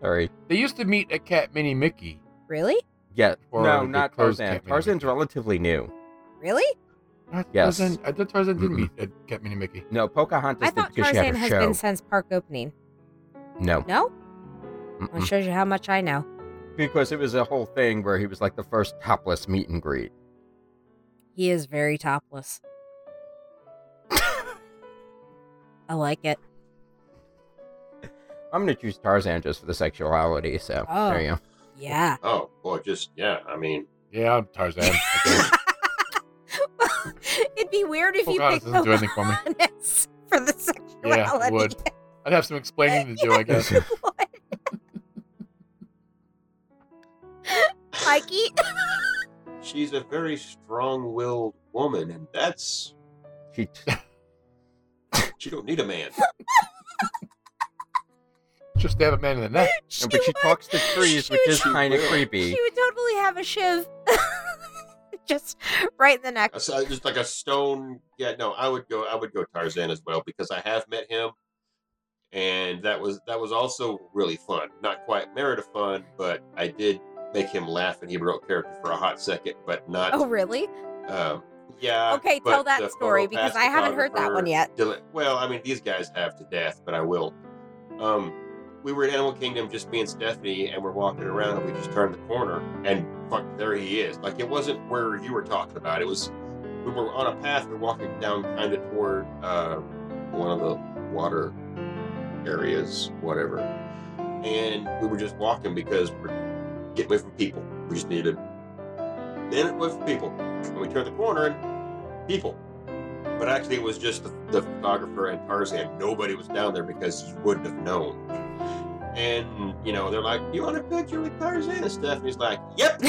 D: Sorry.
E: They used to meet at Cat Mini Mickey.
A: Really?
D: Yeah.
E: Or
D: no,
E: they
D: not
E: closed
D: Tarzan.
E: Cat Mini
D: Tarzan's
E: Mickey.
D: relatively new.
A: Really?
E: Not
D: Yes.
E: Tarzan. I thought Tarzan did
D: Mhm.
E: meet at Cat Mini Mickey.
D: No, Pocahontas
A: I
D: did
A: thought
D: because she had
A: Tarzan
D: her
A: has
D: show.
A: been since park opening.
D: No.
A: No? Well, It
E: Mm.
D: Mm-mm.
A: shows you how much I know.
D: Because it was a whole thing where he was like the first topless meet and greet.
A: He is very topless. I like it.
D: I'm going to choose Tarzan just for the sexuality, so
A: Oh.
D: there you go.
A: Yeah.
C: Oh, well, just, yeah, I mean,
E: Yeah, I'm Tarzan. Okay.
A: It'd be weird if you
E: Pocahontas
A: picked
E: doesn't do anything for me.
A: Pocahontas for the
E: Yeah,
A: sexuality.
E: it would. I'd have some explaining to do, I guess.
A: Yes, it would. Mikey?
C: she's a very strong willed woman, and that's,
D: She
C: she don't need a man.
E: Just stab a man in the neck.
A: She
D: but she
A: would.
D: talks to trees,
A: She
D: which
A: would
D: is
A: tot-
D: kind of
C: will.
D: creepy.
A: She would totally have a shiv. Just right in the neck.
C: That's, uh, just like a stone. Yeah, no, I would go. I would go Tarzan as well because I have met him, and that was that was also really fun. Not quite Merida fun, but I did make him laugh, and he broke character for a hot second, but not.
A: Oh, really?
C: Um, yeah.
A: Okay,
C: but
A: tell that
C: the
A: story, because
C: photopass
A: I haven't heard that one
C: photographer-
A: yet.
C: Dylan- well, I mean, these guys have to death, but I will. Um, we were in Animal Kingdom, just me and Stephanie, and we're walking around, and we just turned the corner, and fuck, there he is. Like it wasn't where you were talking about. It was we were on a path. We're walking down kind of toward uh, one of the water areas, whatever, and we were just walking because we're getting away from people. We just needed minute away from people, and we turned the corner, and people. But actually, it was just the, the photographer and Tarzan. Nobody was down there because you wouldn't have known. And, you know, they're like, You want a picture with Tarzan and stuff? And he's like, Yep.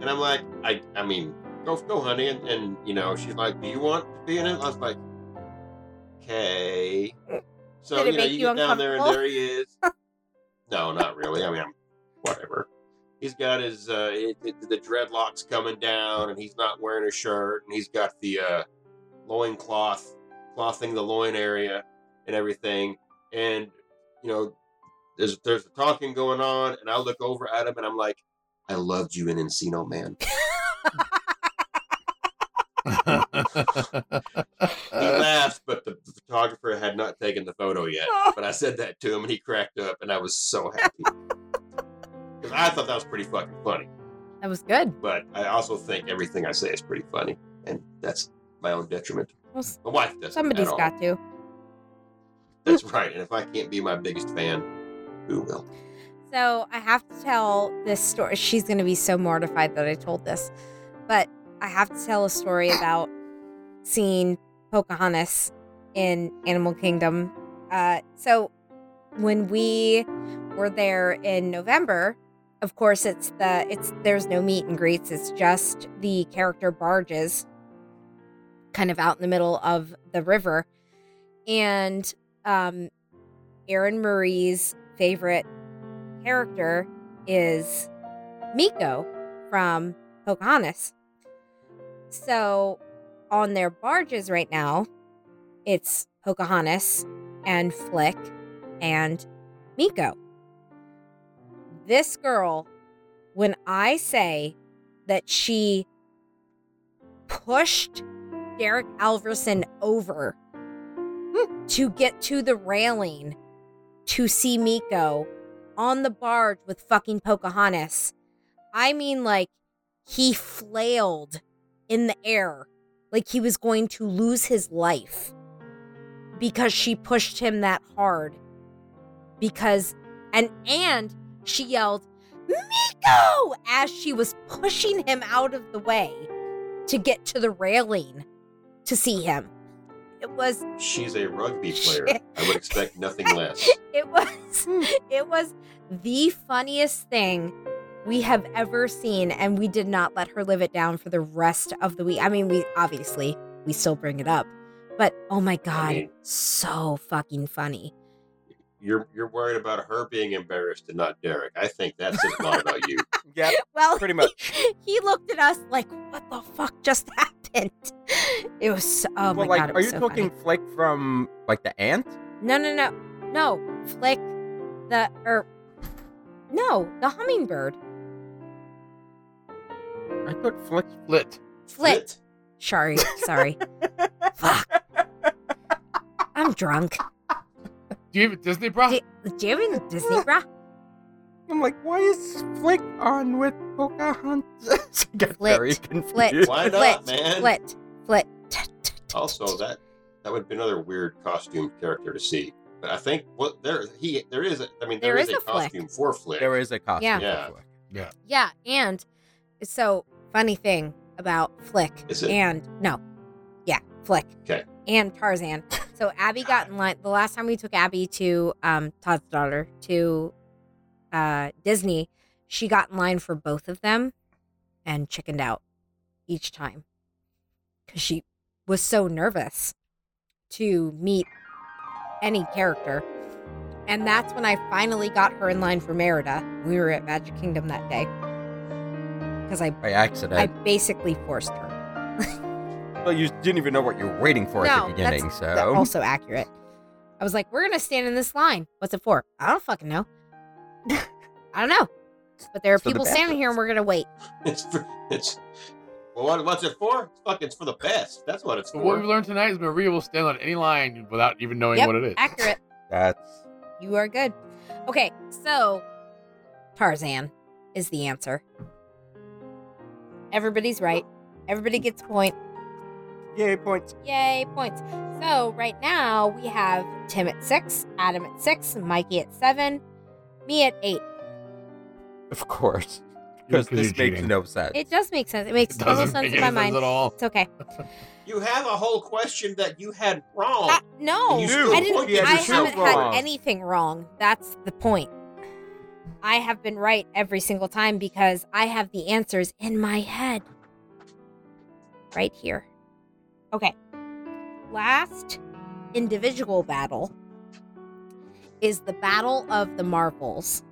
C: And I'm like, I, I mean, go, go, honey. And, and, you know, she's like, Do you want to be in it? I was like, Okay. So,
A: Did it
C: you know,
A: make
C: you
A: you
C: get down there and
A: uncomfortable?
C: there he is. no, not really. I mean, I'm, whatever. He's got his, uh, it, it- the dreadlocks coming down and he's not wearing a shirt and he's got the, uh, loincloth, clothing the loin area and everything. And, you know, there's there's talking going on, and I look over at him and I'm like, I loved you in Encino Man. He laughed, but the photographer had not taken the photo yet. But I said that to him and he cracked up and I was so happy. 'Cause I thought that was pretty fucking funny.
A: That was good.
C: But I also think everything I say is pretty funny. And that's my own detriment.
A: Well, s-
C: My wife doesn't.
A: somebody's
C: at all.
A: got to.
C: That's right. And if I can't be my biggest fan, who will?
A: So I have to tell this story. She's going to be so mortified that I told this, but I have to tell a story about seeing Pocahontas in Animal Kingdom. Uh, so when we we're there in November. Of course, it's the it's there's no meet and greets. It's just the character barges, kind of out in the middle of the river, and um, Aaron Marie's favorite character is Miko from Pocahontas. So on their barges right now, it's Pocahontas and Flick and Miko. This girl, when I say that she pushed Derek Alverson over to get to the railing to see Miko on the barge with fucking Pocahontas, I mean, like, he flailed in the air like he was going to lose his life because she pushed him that hard because and and she yelled miko as she was pushing him out of the way to get to the railing to see him it was
C: She's a rugby player. I would expect nothing less.
A: it was it was the funniest thing we have ever seen and we did not let her live it down for the rest of the week i mean we obviously we still bring it up but oh my god
C: mean-
A: so fucking funny
C: You're you're worried about her being embarrassed and not Derek. I think that's just not about you.
D: Yep.
A: well
D: Pretty much.
A: he, he looked at us like what the fuck just happened it was so, oh my
D: well, like,
A: god it
D: are
A: was
D: you
A: so funny.
D: talking Flick from like the ant?
A: No, no, no, no. Flick the or no, the hummingbird.
D: I thought Flick.
E: Lit.
A: Flit. Sorry, sorry. Fuck. I'm drunk.
E: Do you have a Disney bra?
A: Do, do you have any Disney bra?
D: I'm like, why is Flick on with Pocahontas? I got very
A: Flit.
D: confused.
C: Why
A: Flit,
C: not, man?
A: Flit, flit.
C: Also, that that would be another weird costume character to see. But I think what there he there is. A, I mean,
A: There
C: there is,
A: is
C: a,
A: a Flick.
C: costume for Flick.
D: There is a costume.
A: Yeah.
D: for
C: Yeah.
D: Flick.
A: Yeah, and so funny thing about Flick
C: Is it?
A: and no, yeah, Flick.
C: 'Kay.
A: And Tarzan. So Abby got in line. The last time we took Abby to um, Todd's daughter to uh, Disney, she got in line for both of them, and chickened out each time because she was so nervous to meet any character. And that's when I finally got her in line for Merida. We were at Magic Kingdom that day because I
D: By
A: I
D: accident.
A: basically forced her.
D: Well, you didn't even know what you were waiting for at the
A: No,
D: beginning,
A: that's-
D: so.
A: That's
E: Oh.
A: also accurate. I was like, "We're gonna stand in this line. What's it for? I don't fucking know. I don't know." But there are
D: It's for the
A: people standing here, and we're gonna wait.
C: It's for, it's. Well, what, what's it for? It's fucking it's for the best. That's what it's
E: So
C: for.
E: what we learned tonight is Maria will stand on any line without even knowing
A: Yep,
E: what it is.
A: Accurate.
D: That's
A: You are good. Okay, so Tarzan is the answer. Everybody's right. Everybody gets a point.
D: yay points.
A: Yay, points. So right now we have Tim at six, Adam at six, Mikey at seven, me at eight.
D: Of course,
E: You're-
D: because this makes
E: you're cheating.
D: no sense.
A: It does make sense. It makes
E: It
A: total
E: doesn't
A: sense in
E: make
A: my
E: any sense
A: mind.
E: at all.
A: It's okay.
C: You have a whole question that you had wrong.
A: That- no,
C: You
D: do.
A: I
C: Look
A: didn't.
C: at
A: I
C: yourself
A: haven't had
D: wrong.
A: anything wrong. That's the point. I have been right every single time because I have the answers in my head, right here. Okay. Last individual battle is the battle of the marbles.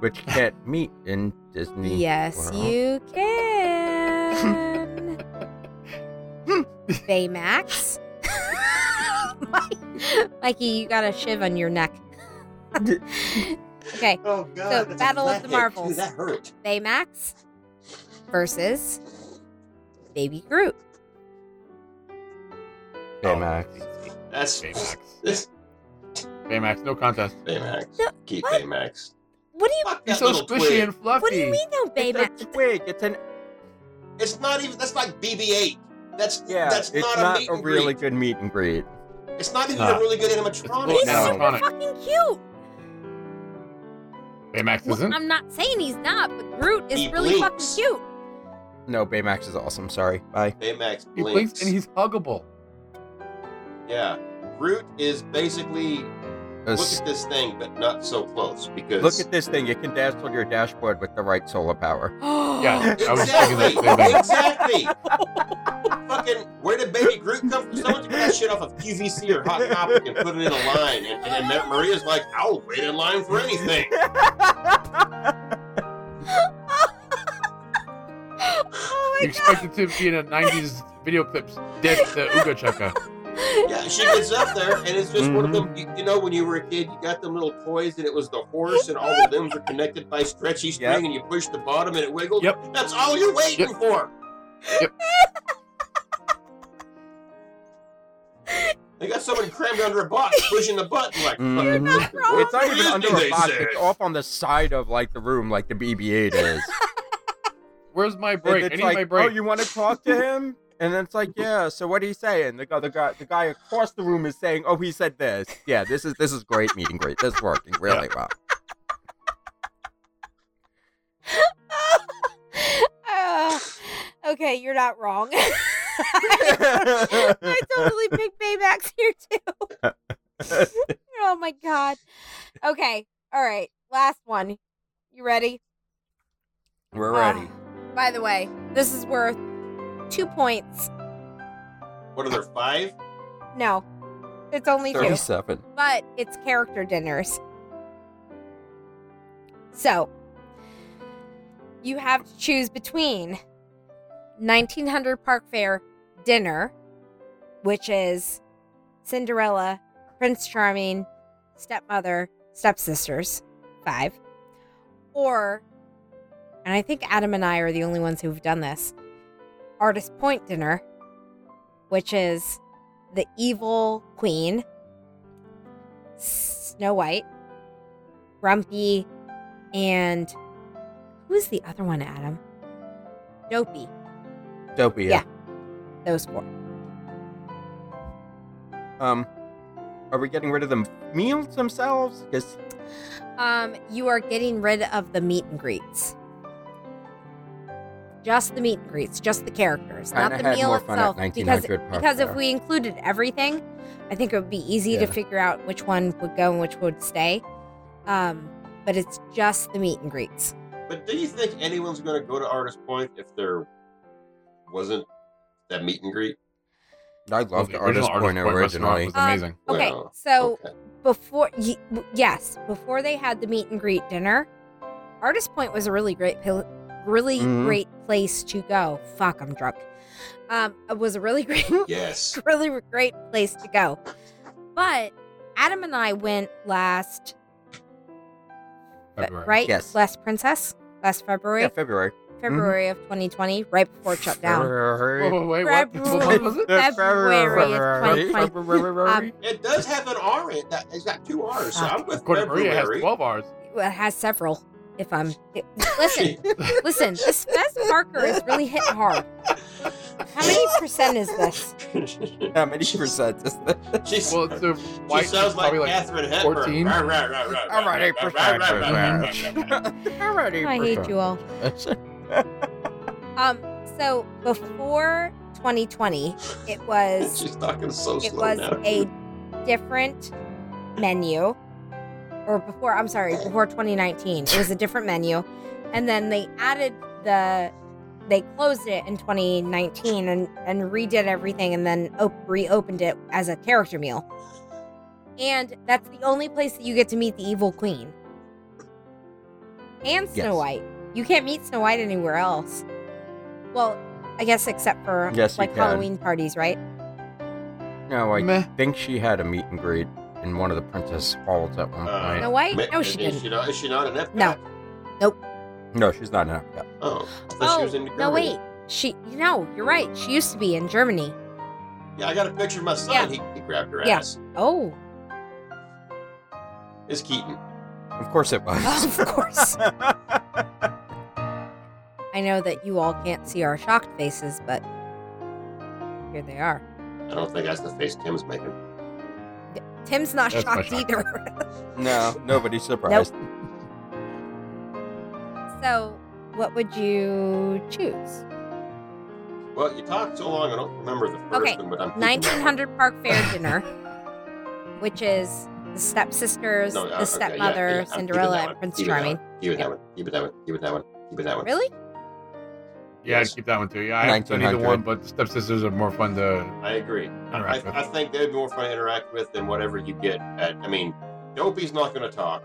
D: Which can't meet in Disney.
A: Yes,
D: World.
A: you can. Baymax. Mike- Mikey, you got a shiv on your neck. okay,
C: Oh
A: So,
C: that's a
A: Battle of the
C: flathead. Dude,
A: Marvels.
C: that hurt.
A: Baymax versus Baby Groot.
D: Oh. Baymax.
C: That's
E: Baymax.
C: this
E: Baymax, no contest.
C: Baymax.
A: No,
C: Keep
A: what?
C: Baymax.
A: What do you
C: Fuck that
E: He's so
C: little
E: squishy
C: twig.
E: and fluffy.
A: What do you mean though,
D: It's a
A: Baymax?
D: twig. It's an
C: It's not even. That's like BB-8. That's
D: yeah.
C: That's
D: it's
C: not, a, meet and
D: really
C: greet.
D: good meet and greet.
C: It's not even
E: Nah.
C: a really good
E: It's
C: animatronic.
A: He's
D: No.
A: super
E: Sonic.
A: fucking cute.
E: Baymax
A: Well,
E: isn't.
A: I'm not saying he's not, but Groot is
C: He
A: really
C: blinks.
A: fucking cute.
D: No, Baymax is awesome. Sorry. Bye.
C: Baymax
E: He blinks
C: blinks.
E: and he's huggable.
C: yeah, Groot is basically Look
D: Because
C: at this thing, but not so close because
D: look at this thing. You can dazzle your dashboard with the right solar power.
E: Yeah.
A: Oh
E: I was thinking that
C: exactly,
E: same thing.
C: exactly. Fucking, where did Baby Groot come from? Someone took that shit off of QVC or Hot Topic and put it in a line, and, and then Maria's like, "I'll wait in line for anything."
A: oh
E: You
A: my god.
E: expected to be in a 90s video clips, dead the Uga Chaka.
C: Yeah, she gets up there, and it's just one of
D: Mm-hmm.
C: them. You, you know, when you were a kid, you got them little toys, and it was the horse, and all the limbs are connected by stretchy string,
D: Yep.
C: and you push the bottom, and it wiggled.
E: Yep.
C: That's all you're waiting for.
E: Yep.
C: They got someone crammed under a box, pushing the button like.
D: Mhm.
C: "Fuck this,
D: It's not
C: what
D: even
C: Disney
D: under a
C: they
D: box.
C: said."
D: It's off on the side of like the room, like the BB-8 is.
E: Where's my
D: And
E: break? I
D: it's
E: need
D: like,
E: my break.
D: oh, you want to talk to him? And it's like, yeah. So what do you say? And the guy, the guy, the guy across the room is saying, oh, he said this. Yeah, this is this is great meeting. Great, this is working really well.
A: Uh, okay, you're not wrong. I totally picked Baymax here too. oh my god. Okay. All right. Last one. You ready?
D: We're
A: Ah.
D: ready.
A: By the way, this is worth two points.
C: What are there five?
A: No, it's only two.
D: Thirty-seven.
A: but it's character dinners. So you have to choose between 1900 Park Fair dinner, which is Cinderella, Prince Charming, stepmother, stepsisters, five, or, and I think Adam and I are the only ones who've done this, Artist Point dinner, which is the evil queen, Snow White, Grumpy, and who's the other one, Adam? Dopey.
D: Dopey.
A: Yeah. Those four.
D: Um, are we getting rid of the meals themselves? Because
A: Um, you are getting rid of the meet and greets. Just the meet and greets, just the characters,
D: Kinda
A: not the
D: had
A: meal
D: more fun at
A: itself. Because
D: 1900 Park
A: because if
D: Fair.
A: we included everything, I think it would be easy to
D: Yeah.
A: figure out which one would go and which would stay. Um, but it's just the meet and greets.
C: But do you think anyone's going to go to Artist Point if there wasn't that meet and greet?
D: I loved
E: Well, the
D: Artist
E: original
D: Point
E: restaurant
D: originally.
E: was amazing.
A: Okay,
C: Well,
A: so
C: okay.
A: before y- w- yes before they had the meet and greet dinner artist point was a really great pil- really
D: Mhm.
A: great place to go fuck i'm drunk um it was a really great
C: Yes.
A: really great place to go but adam and i went last
E: February.
A: Uh, right
D: Yes.
A: last princess last february
D: Yeah, February.
A: february of 2020 right before it shut down
E: Whoa,
D: February.
E: whoa, wait, what?
A: February.
E: What was it?
A: February Um,
D: February.
A: is 2020.
E: February.
C: It does have an R in it. That- It's got two R's, so I'm with
E: According to Maria, it has
C: February.
E: 12 hours.
A: Well, it has several if i'm listen listen this fez parker is really hitting hard how many percent is this
D: How many percent is that?
C: She's,
E: Well, it's a
C: she
E: white. it's
C: sounds like
E: probably like
C: Catherine Hepburn.
E: 14.
C: Rah, rah, rah, rah, rah,
D: Alright, eight
C: rah, rah,
D: percent
C: rah,
D: is
C: rah,
D: that.
C: rah, rah, rah.
D: Already.
A: I hate you all. Um, so before 2020, it was
C: She's talking so
A: it
C: slow
A: was
C: now.
A: a different menu, or before I'm sorry, before 2019, it was a different menu, and then they added the they closed it in 2019 and and redid everything, and then op- reopened it as a character meal. And that's the only place that you get to meet the evil queen and Snow
D: Yes.
A: White. You can't meet Snow White anywhere else. Well, I guess except for
D: Yes, you
A: like
D: can.
A: Halloween parties, right?
D: No, I
E: meh.
D: think she had a meet and greet in one of the Princess Halls at one
C: Uh,
D: point.
A: Snow White?
C: Ma-
A: No, she
C: is
A: didn't.
C: She not, is she not an Epcot?
A: No.
D: No, she's not an Epcot.
C: Oh, I thought she
A: Oh,
C: was in
A: no,
C: Germany.
A: wait. She, no, you're right. She used to be in Germany.
C: Yeah, I got a picture of my son. He, he grabbed her
A: Yeah.
C: ass.
A: Oh,
C: It's Keaton.
D: Of course it was.
A: of course. I know that you all can't see our shocked faces, but here they are.
C: I don't think that's the face Tim's making.
A: Tim's not
E: That's my
A: shocked
E: shock.
A: either.
D: no, nobody's surprised.
A: so, what would you choose?
C: Well, you talked so long, I don't remember the first
A: Okay,
C: one, but I'm keeping that
A: 1900
C: one.
A: Park Fair dinner, which is the stepsisters,
C: No, uh, okay,
A: the
C: yeah,
A: stepmother,
C: yeah, I'm keeping
A: Cinderella,
C: that
A: and
C: one.
A: Prince
C: Keeping that
A: Charming.
C: one. Keep it that one. Keep it that one. Keep it that one. Keep it that one.
A: Really?
E: Yeah,
C: Yes.
E: I'd keep that one too. Yeah, I haven't done either
D: 1900.
E: one, but the stepsisters are more fun to.
C: I agree. I,
E: Interact with.
C: I think they'd be more fun to interact with than whatever you get at. I mean, Dopey's not going to talk.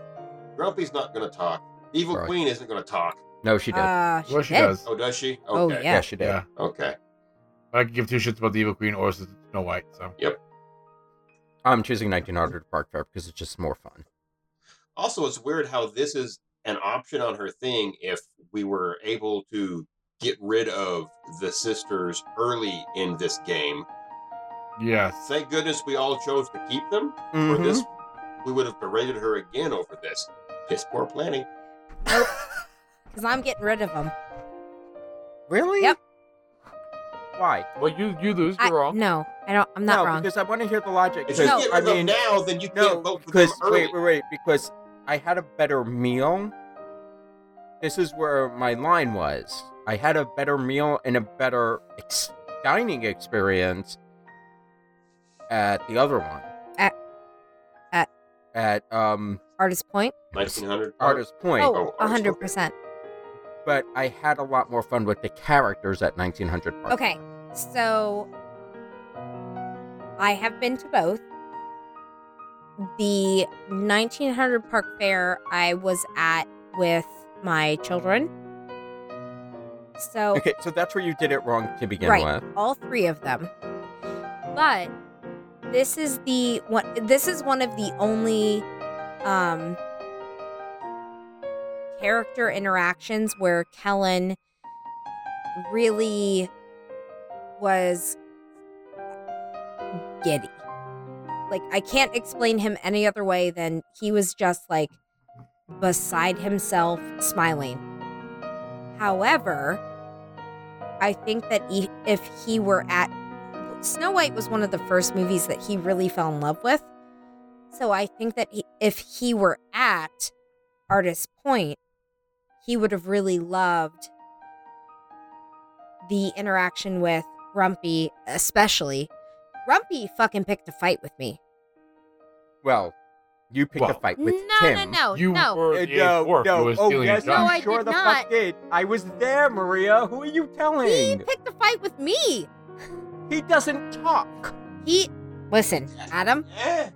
C: Grumpy's not going to talk. Evil
D: Right.
C: Queen isn't going to talk.
D: No, she did.
A: Uh,
E: Well, she
A: did.
E: does.
C: Oh, does she? Okay.
A: Oh, yeah.
D: yeah, she did.
E: Yeah,
C: Okay.
E: but I could give two shits about the Evil Queen or Snow White. So
D: I'm choosing 1900 Park Fair because it's just more fun.
C: Also, it's weird how this is an option on her thing if we were able to get rid of the sisters early in this game.
E: yes,
C: Thank goodness we all chose to keep them. For
D: Mhm.
C: this, we would have berated her again over this. Piss poor planning.
A: Because I'm getting rid of them.
D: Really?
A: Mm-hmm. Yep.
D: Why?
E: well, you you lose. You're
A: I,
E: wrong.
A: No, I don't. I'm not
D: no,
A: wrong.
D: because I want to hear the logic.
C: If
A: No.
C: you
D: because,
C: get
D: I
C: rid
D: mean,
C: of them now, then you
D: no,
C: can't vote for them
D: because
C: early.
D: wait, wait, wait, because I had a better meal. This is where my line was. I had a better meal and a better ex- dining experience at the other one.
A: At- at-
D: at um
A: Artist point.
C: 1900
D: Artist Point,
C: oh,
A: Oh,
C: Artist
A: a hundred percent.
D: but I had a lot more fun with the characters at 1900 Park.
A: Okay, so I have been to both. The 1900 Park Fair I was at with my children. So
D: Okay, so that's where you did it wrong to begin
A: Right.
D: with.
A: all three of them. But this is the one this is one of the only um character interactions where Kellen really was giddy. Like I can't explain him any other way than he was just like beside himself smiling. However, I think that e- if he were at Snow White was one of the first movies that he really fell in love with. So I think that he, if he were at Artist Point, he would have really loved the interaction with Rumpy, especially. Rumpy fucking picked a fight with me.
D: Well, you picked
E: Well,
D: a fight with
A: no,
D: Tim.
A: no, no,
E: you
A: no.
D: Uh,
E: were the
D: no,
E: eighth dwarf
D: no.
E: who was
D: oh,
E: stealing
D: yes,
E: his job.
A: No, I
D: you sure
A: did
D: the
A: not.
D: fuck did. I was there, Maria. Who are you telling?
A: He picked a fight with me.
D: He doesn't talk.
A: He listen, Adam.
C: Yeah.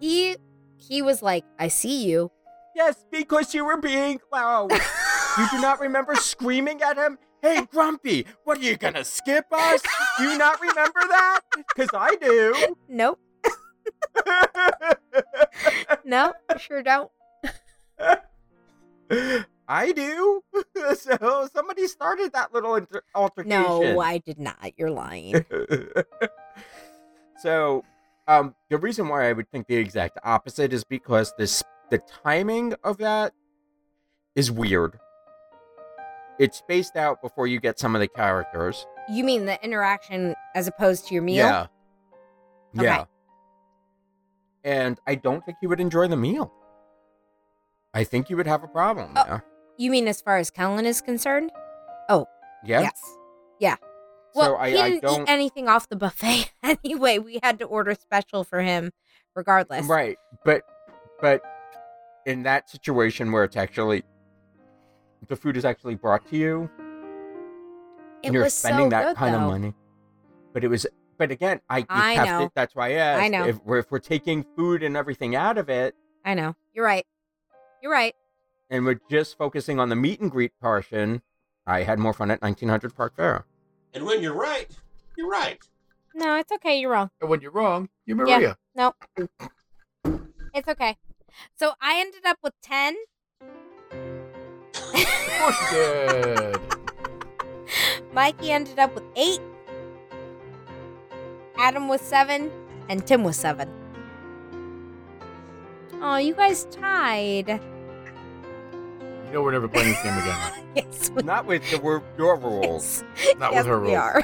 A: He he was like, "I see you."
D: Yes, because you were being loud. you do not remember screaming at him? Hey, Grumpy, what are you gonna skip us? Do you not remember that? Because I do.
A: Nope. No, sure don't.
D: I do. so somebody started that little inter- altercation.
A: No, I did not. You're lying.
D: so um the reason why i would think the exact opposite is because this the timing of that is weird it's spaced out before you get some of the characters
A: you mean the interaction as opposed to your meal?
D: yeah
A: Okay.
D: yeah and i don't think you would enjoy the meal i think you would have a problem
A: Oh,
D: there.
A: You mean as far as Kellen is concerned?
D: yeah
A: Yes. Yeah.
D: So
A: Well,
D: I-
A: he
D: I
A: didn't
D: don't-
A: eat anything off the buffet anyway. We had to order special for him, regardless.
D: Right. But but in that situation where it's actually the food is actually brought to you
A: It
D: and you're
A: was
D: spending
A: so
D: that
A: good,
D: kind
A: though.
D: of money. But it was but again, I, you
A: I
D: kept
A: know.
D: it. That's why I asked.
A: know.
D: If we're, if we're taking food and everything out of it
A: I know. You're right. You're right.
D: and we're just focusing on the meet and greet portion, I had more fun at 1900 Park Fair.
C: And when you're right, you're right.
A: No, it's okay. You're wrong.
E: And when you're wrong, you're
A: Yeah.
E: Maria.
A: It's okay. So I ended up with ten.
E: Of course you did.
A: Mikey ended up with eight. Adam was seven, and Tim was seven. Oh, you guys tied.
E: you know we're never playing this game again. right?
A: yes, we
D: Not with the word your rules.
E: Not
A: yes,
E: with her
A: we
E: rules.
A: are.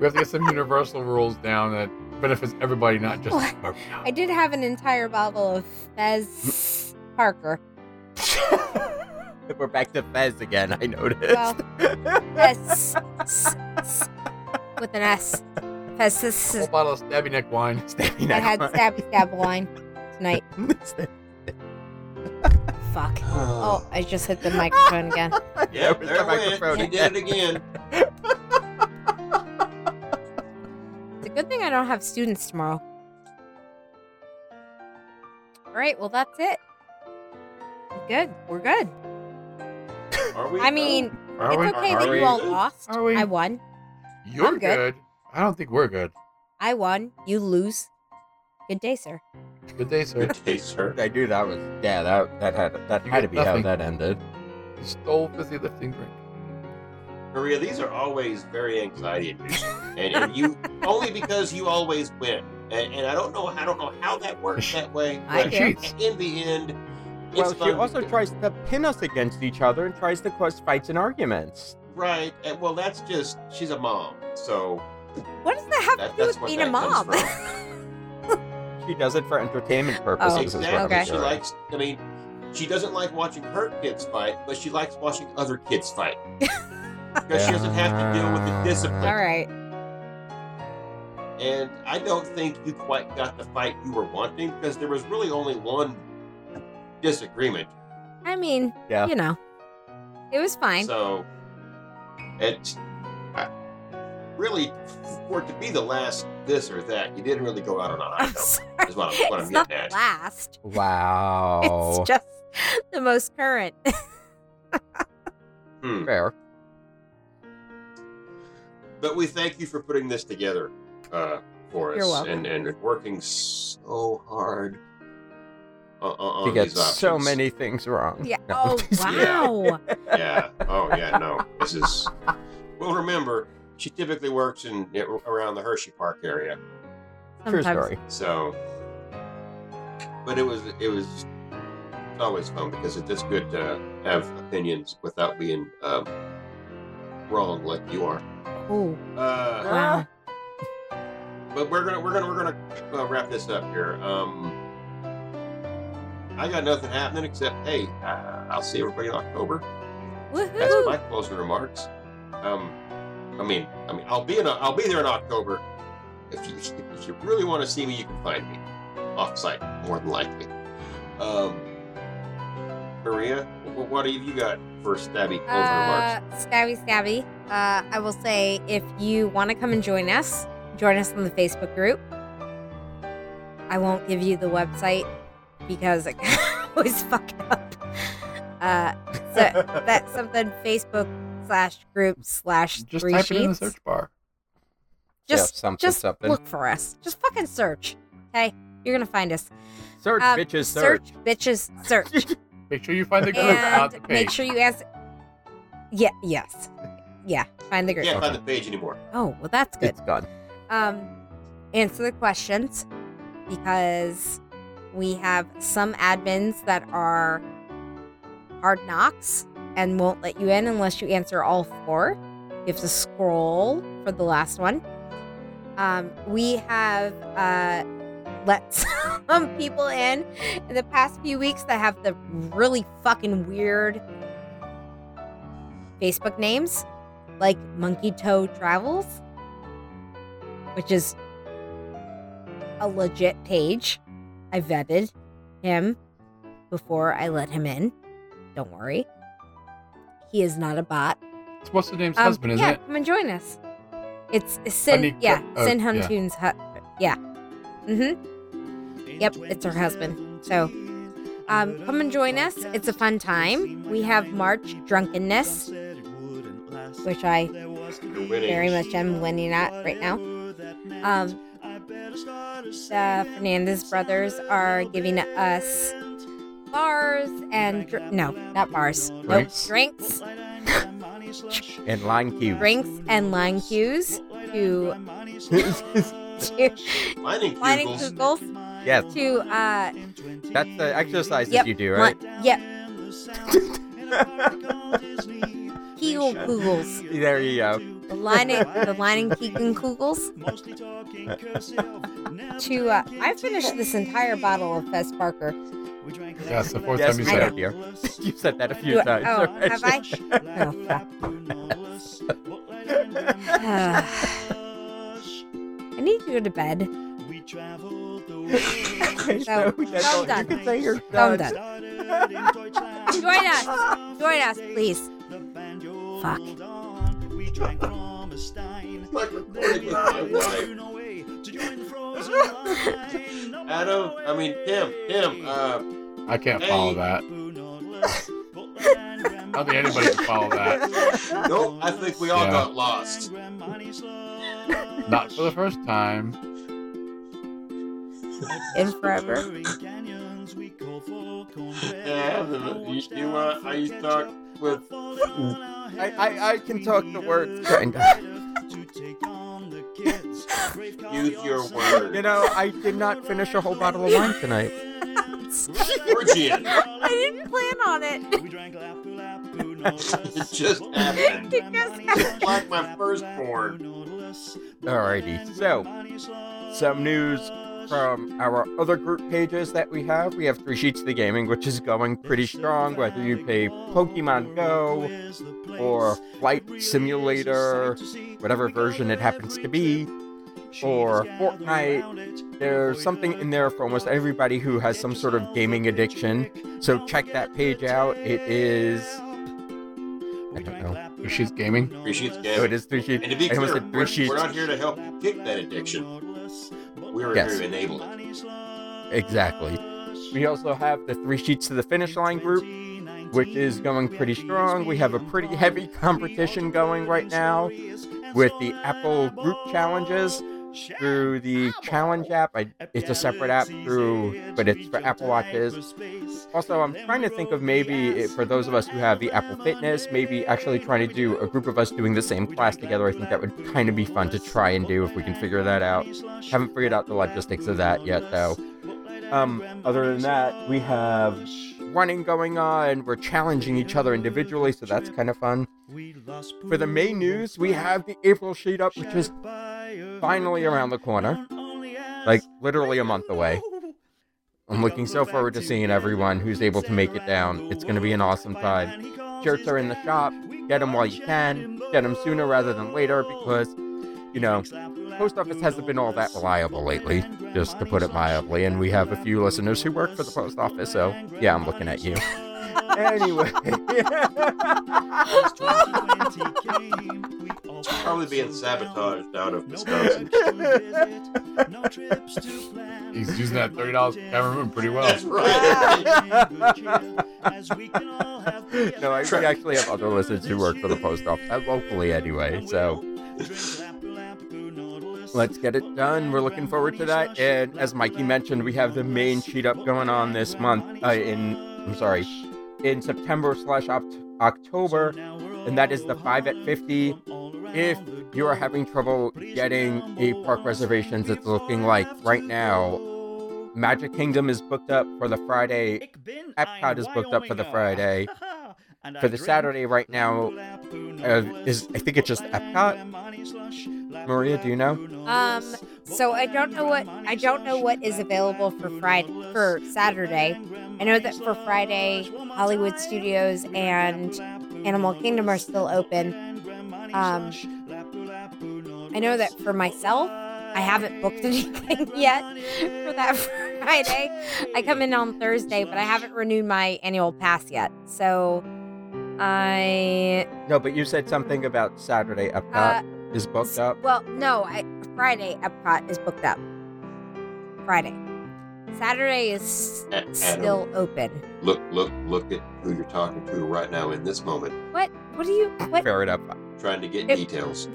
E: We have to get some universal rules down that benefits everybody, not just
A: What?
E: Maria.
A: I did have an entire bottle of Fez Parker.
D: We're back to Fez again, I noticed.
A: Well, Fez s- s- with an S. Fez. s-
E: A whole
A: s-
E: bottle of stabby neck wine.
D: Stabby
A: I
D: neck
A: had
D: line.
A: stabby stab wine. tonight. Fuck. Oh, I just hit the microphone again.
C: yeah,
D: There's
C: there
D: the
C: it went.
D: microphone
C: You did it again.
A: It's a good thing I don't have students tomorrow. All right, well that's it. Good, we're good.
C: Are we?
A: I mean,
E: Are
A: it's
E: we?
A: okay
E: are
A: that
E: we?
A: you all lost.
E: Are we?
A: I won.
E: You're
A: I'm good.
E: I don't think we're good.
A: I won. You lose. Good day, sir.
E: Good day,
C: good
E: sir.
C: day, sir.
D: I knew that was yeah that that had that
E: You
D: had to
E: get
D: be
E: nothing.
D: how that ended.
E: you stole fizzy lifting drink.
C: Maria, these are always very anxiety inducing, and, and you only because you always win. And, and I don't know, I don't know how that works that way.
A: I
C: but
A: do.
E: Cheats.
C: In the end, it's
D: Well, she
C: fun.
D: also tries to pin us against each other and tries to cause fights and arguments.
C: right. And, well, that's just she's a mom, so
A: What does that have
C: That-
A: to do
C: that's
A: with
C: where
A: being a
C: that comes
A: mom?
D: She does it for entertainment purposes. is what
A: Oh,
C: exactly.
D: I'm
A: okay.
C: She
D: sure.
C: likes. I mean, she doesn't like watching her kids fight, but she likes watching other kids fight because she doesn't have to deal with the discipline.
A: all right.
C: and I don't think you quite got the fight you were wanting because there was really only one disagreement.
A: I mean,
D: Yeah.
A: you know, it was fine.
C: So it I- really for it to be the last this or that, you didn't really go out on a high
A: I'm
C: note.
A: sorry.
C: Is what I'm, what I'm
A: It's not
C: getting
A: the
C: at.
A: last.
C: Oh.
D: Wow.
A: It's just the most current.
C: Hmm.
D: fair.
C: But we thank you for putting this together uh, for us
A: You're welcome.
C: And, and working so hard. On, on
D: She
C: on
D: gets
C: these
D: so
C: options.
D: many things wrong.
A: Yeah.
D: No.
A: Oh wow.
C: yeah. Oh yeah. No. This is. Well, remember, she typically works in around the Hershey Park area,
D: True
A: Sometimes-
D: story.
C: so. But it was it was it's always fun because it's just good to have opinions without being um, wrong like you are.
A: Ooh, wow.
C: Uh, but we're gonna we're gonna we're gonna uh, wrap this up here. Um, I got nothing happening except hey, uh, I'll see everybody in October. That's
A: Woohoo.
C: my closing remarks. Um, I mean, I mean, I'll be in, I'll be there in October. If you if you really want to see me, you can find me off-site, more than likely. Um, Maria, what, what have you got for stabby closing
A: Uh,
C: remarks?
A: stabby, stabby. Uh, I will say if you want to come and join us, join us on the Facebook group. I won't give you the website because I always fuck it up. Uh, so that's something Facebook slash group slash
E: Just
A: three
E: type
A: sheets.
E: it in the search bar.
A: Just,
D: Yeah, something,
A: just
D: something.
A: look for us. Just fucking search. Okay, you're gonna find us.
D: search,
A: um,
D: bitches, search.
A: Search, bitches, search.
E: Make sure you find the group, not the
A: and
E: page.
A: make sure you ask. Yeah. Yes. Yeah. Find the group.
C: Can't find the page anymore.
A: Oh well, that's good.
D: It's gone.
A: Um, answer the questions because we have some admins that are hard knocks and won't let you in unless you answer all four. You have to scroll for the last one. Um, we have uh, let some people in in the past few weeks that have the really fucking weird Facebook names, like Monkey Toe Travels, which is a legit page. I vetted him before I let him in. Don't worry. He is not a bot.
E: It's what's the name's
A: Um,
E: husband, isn't
A: yeah,
E: it?
A: come and join us. It's Sin,
E: Anika-
A: yeah,
E: oh,
A: Sin
E: yeah.
A: Huntoon's hut. Yeah. Mm-hmm. Yep, it's her husband. So, um, come and join us. It's a fun time. We have March drunkenness, which I
C: You're winning.
A: very much am winning at right now. Um, the Fernandez brothers are giving us bars and dr- no, not bars, nope,
E: Drinks?
A: drinks
D: And line cube.
A: drinks and line cues to to
C: Mining
A: lining
C: Kugels.
A: kugels
D: yes,
A: to uh
D: that's the exercises
A: Yep,
D: you do,
A: li-
D: right?
A: yep kegel kugels
D: there you go.
A: the lining the lining kegel kugels to uh, I finished this entire bottle of Fest Parker
E: Yeah, it's the fourth
D: Yes,
E: time you
D: I
E: said
D: know.
E: it.
D: dear. You've said that a few
A: Do I-
D: times.
A: oh,
D: already.
A: have I? Oh, oh, fuck. I need to go to bed
F: We traveled the world
D: I
A: So,
D: know
A: well
D: that don't-
A: done.
D: You can say your
A: Well
D: sons.
A: Join us. Join us, please. Fuck.
C: Fuck recording with my wife. Adam, I mean, Tim, Tim, uh,
E: I can't follow that. I don't think anybody can follow that.
C: nope, I think we all
E: Yeah.
C: got lost.
E: Not for the first time.
A: In forever.
C: Yeah, you, you, uh, I used to talk with
D: I, I, I can talk the words, kinda.
C: Use Your Word.
D: You know, I did not finish a whole bottle of wine tonight.
C: Orgian.
A: I didn't plan on it.
C: It just happened. It's like my firstborn.
D: Alrighty, so some news from our other group pages that we have. We have Three Sheets to the Gaming, which is going pretty strong, whether you pay Pokemon Go or Flight
E: uh,
D: Simulator, whatever version it happens to be, or Fortnite. There's something in there for almost everybody who has some sort of gaming addiction. So check that page out. It is. I don't know.
E: If she's gaming,
C: Appreciate the
D: Oh, it
C: game.
D: is Three Sheets.
C: And to be
D: I
C: clear,
D: almost
C: we're,
D: said Three
C: we're
D: Sheets.
C: not here to help kick that addiction. We're
D: Yes.
C: here to enable it.
D: Exactly. We also have the Three Sheets to the Finish Line group, which is going pretty strong. We have a pretty heavy competition going right now with the Apple Group Challenges through the Challenge app. I, it's a separate app through, but it's for Apple Watches. Also, I'm trying to think of maybe it, for those of us who have the Apple Fitness, maybe actually trying to do a group of us doing the same class together. I think that would kind of be fun to try and do if we can figure that out. Haven't figured out the logistics of that yet, though. Um, other than that, we have running going on. We're challenging each other individually, so that's kind of fun. For the main news, we have the April sheet up, which is finally around the corner. Like literally a month away. I'm looking so forward to seeing everyone who's able to make it down. It's going to be an awesome time. Shirts are in the shop. Get them while you can. Get them sooner rather than later because, you know, post office hasn't been all that reliable lately, just to put it mildly. And we have a few listeners who work for the post office, so yeah, I'm looking at you. anyway,
C: It's probably being sabotaged out of Wisconsin.
E: he's using that thirty dollars camera room pretty well.
C: That's right.
D: no, I we actually have other listeners who work for the post office uh, locally, anyway. So. Let's get it done. We're looking forward to that. And as Mikey mentioned, we have the main sheet up going on this month. Uh, in I'm sorry, in September slash Oct- October, and that is the five at fifty. If you are having trouble getting a park reservations, it's looking like right now. Magic Kingdom is booked up for the Friday. Epcot is booked up for the Friday. For the Saturday right now, uh, is I think it's just Epcot. Maria, do you know?
A: Um. So I don't know what I don't know what is available for Friday for Saturday. I know that for Friday, Hollywood Studios and Animal Kingdom are still open. Um. I know that for myself, I haven't booked anything yet for that Friday. I come in on Thursday, but I haven't renewed my annual pass yet. So I
D: No, but you said something about Saturday
A: uh,
D: Epcot is booked
A: S-
D: up.
A: Well, no, I, Friday Epcot is booked up. Friday. Saturday is
C: A- Adam,
A: still open.
C: look, look, look at who you're talking to right now in this moment,
A: What? What do you? What?
D: Fair enough.
C: trying to get
A: It-
C: details.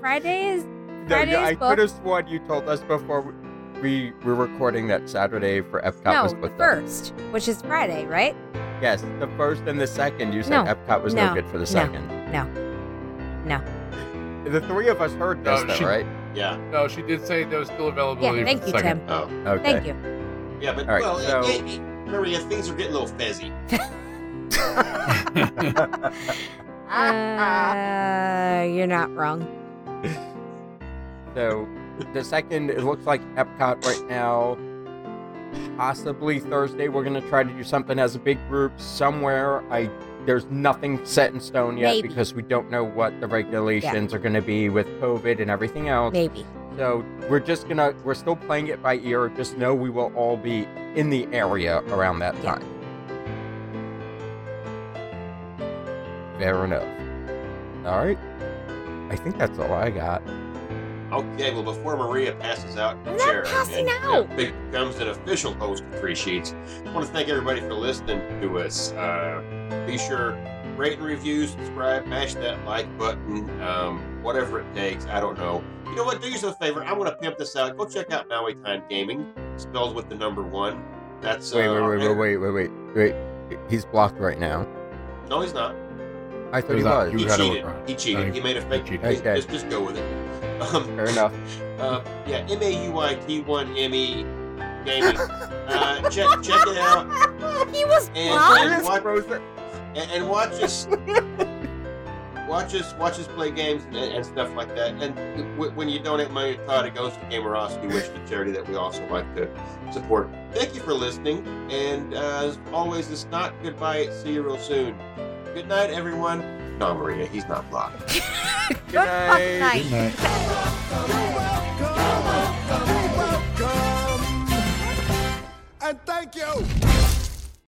A: Friday is.
D: No,
A: Friday
D: you-
A: is
D: I
A: booked.
D: could have sworn you told us before we- we were recording that Saturday for Epcot was
A: no, the
D: booked
A: first, which is Friday, right?
D: up. Yes, the first and the second. You
A: No,
D: said Epcot was no,
A: no,
D: good for the second.
A: no,
D: The three of us heard this,
E: No,
D: though,
E: she-
D: right?
C: Yeah.
E: No, she did say there was still
A: Yeah.
E: availability.
A: Thank
E: for
A: you,
E: the second.
A: Tim.
C: Oh,
D: Okay.
A: Thank you.
C: yeah, but
D: All right,
C: well, it-
D: so-
C: it- it- Maria, things are getting a little fezzy.
A: Uh, you're not wrong.
D: So the second, it looks like Epcot right now. Possibly Thursday, we're gonna try to do something as a big group somewhere. I there's nothing set in stone yet
A: Maybe.
D: because we don't know what the regulations are gonna be with COVID and everything else.
A: Maybe.
D: So we're just gonna we're still playing it by ear. Just know we will all be in the area around that
A: Yeah.
D: time. Fair enough. All right. I think that's all I got.
C: Okay, well, before Maria passes out in
A: I'm
C: the
A: not
C: chair
A: passing
C: and,
A: out.
C: uh, becomes an official host of Three Sheets, I want to thank everybody for listening to us. Uh, be sure rate and review, subscribe, mash that like button, um, whatever it takes. I don't know. You know what? Do yourself a favor. I'm going to pimp this out. Go check out Maui Time Gaming, spelled with the number one. That's uh,
D: Wait, wait,
C: our
D: wait,
C: editor-
D: wait, wait, wait, wait, wait. He's blocked right now.
C: No, he's not.
D: I thought he
E: He's not.
D: was.
E: You
C: He
E: gotta
C: cheated.
E: work on it.
C: He cheated.
E: Thank
C: he made a fake.
E: cheated.
C: Just,
D: Okay.
C: just, just go with it. Um,
D: Fair enough.
C: Uh, yeah, M A U Y T one M E gaming. Uh, check check it out
A: he was
C: and,
A: blocked.
C: and watch and, and watch us watch us watch us play games and, and stuff like that. And w- when you donate money to Todd, it goes to Gamerosity, which is a charity that we also like to support. Thank you for listening, and uh, as always, it's not goodbye. See you real soon. Good night, everyone. No, Maria, he's not blocked.
A: Good fuck night.
E: Good night.
F: welcome. And thank you.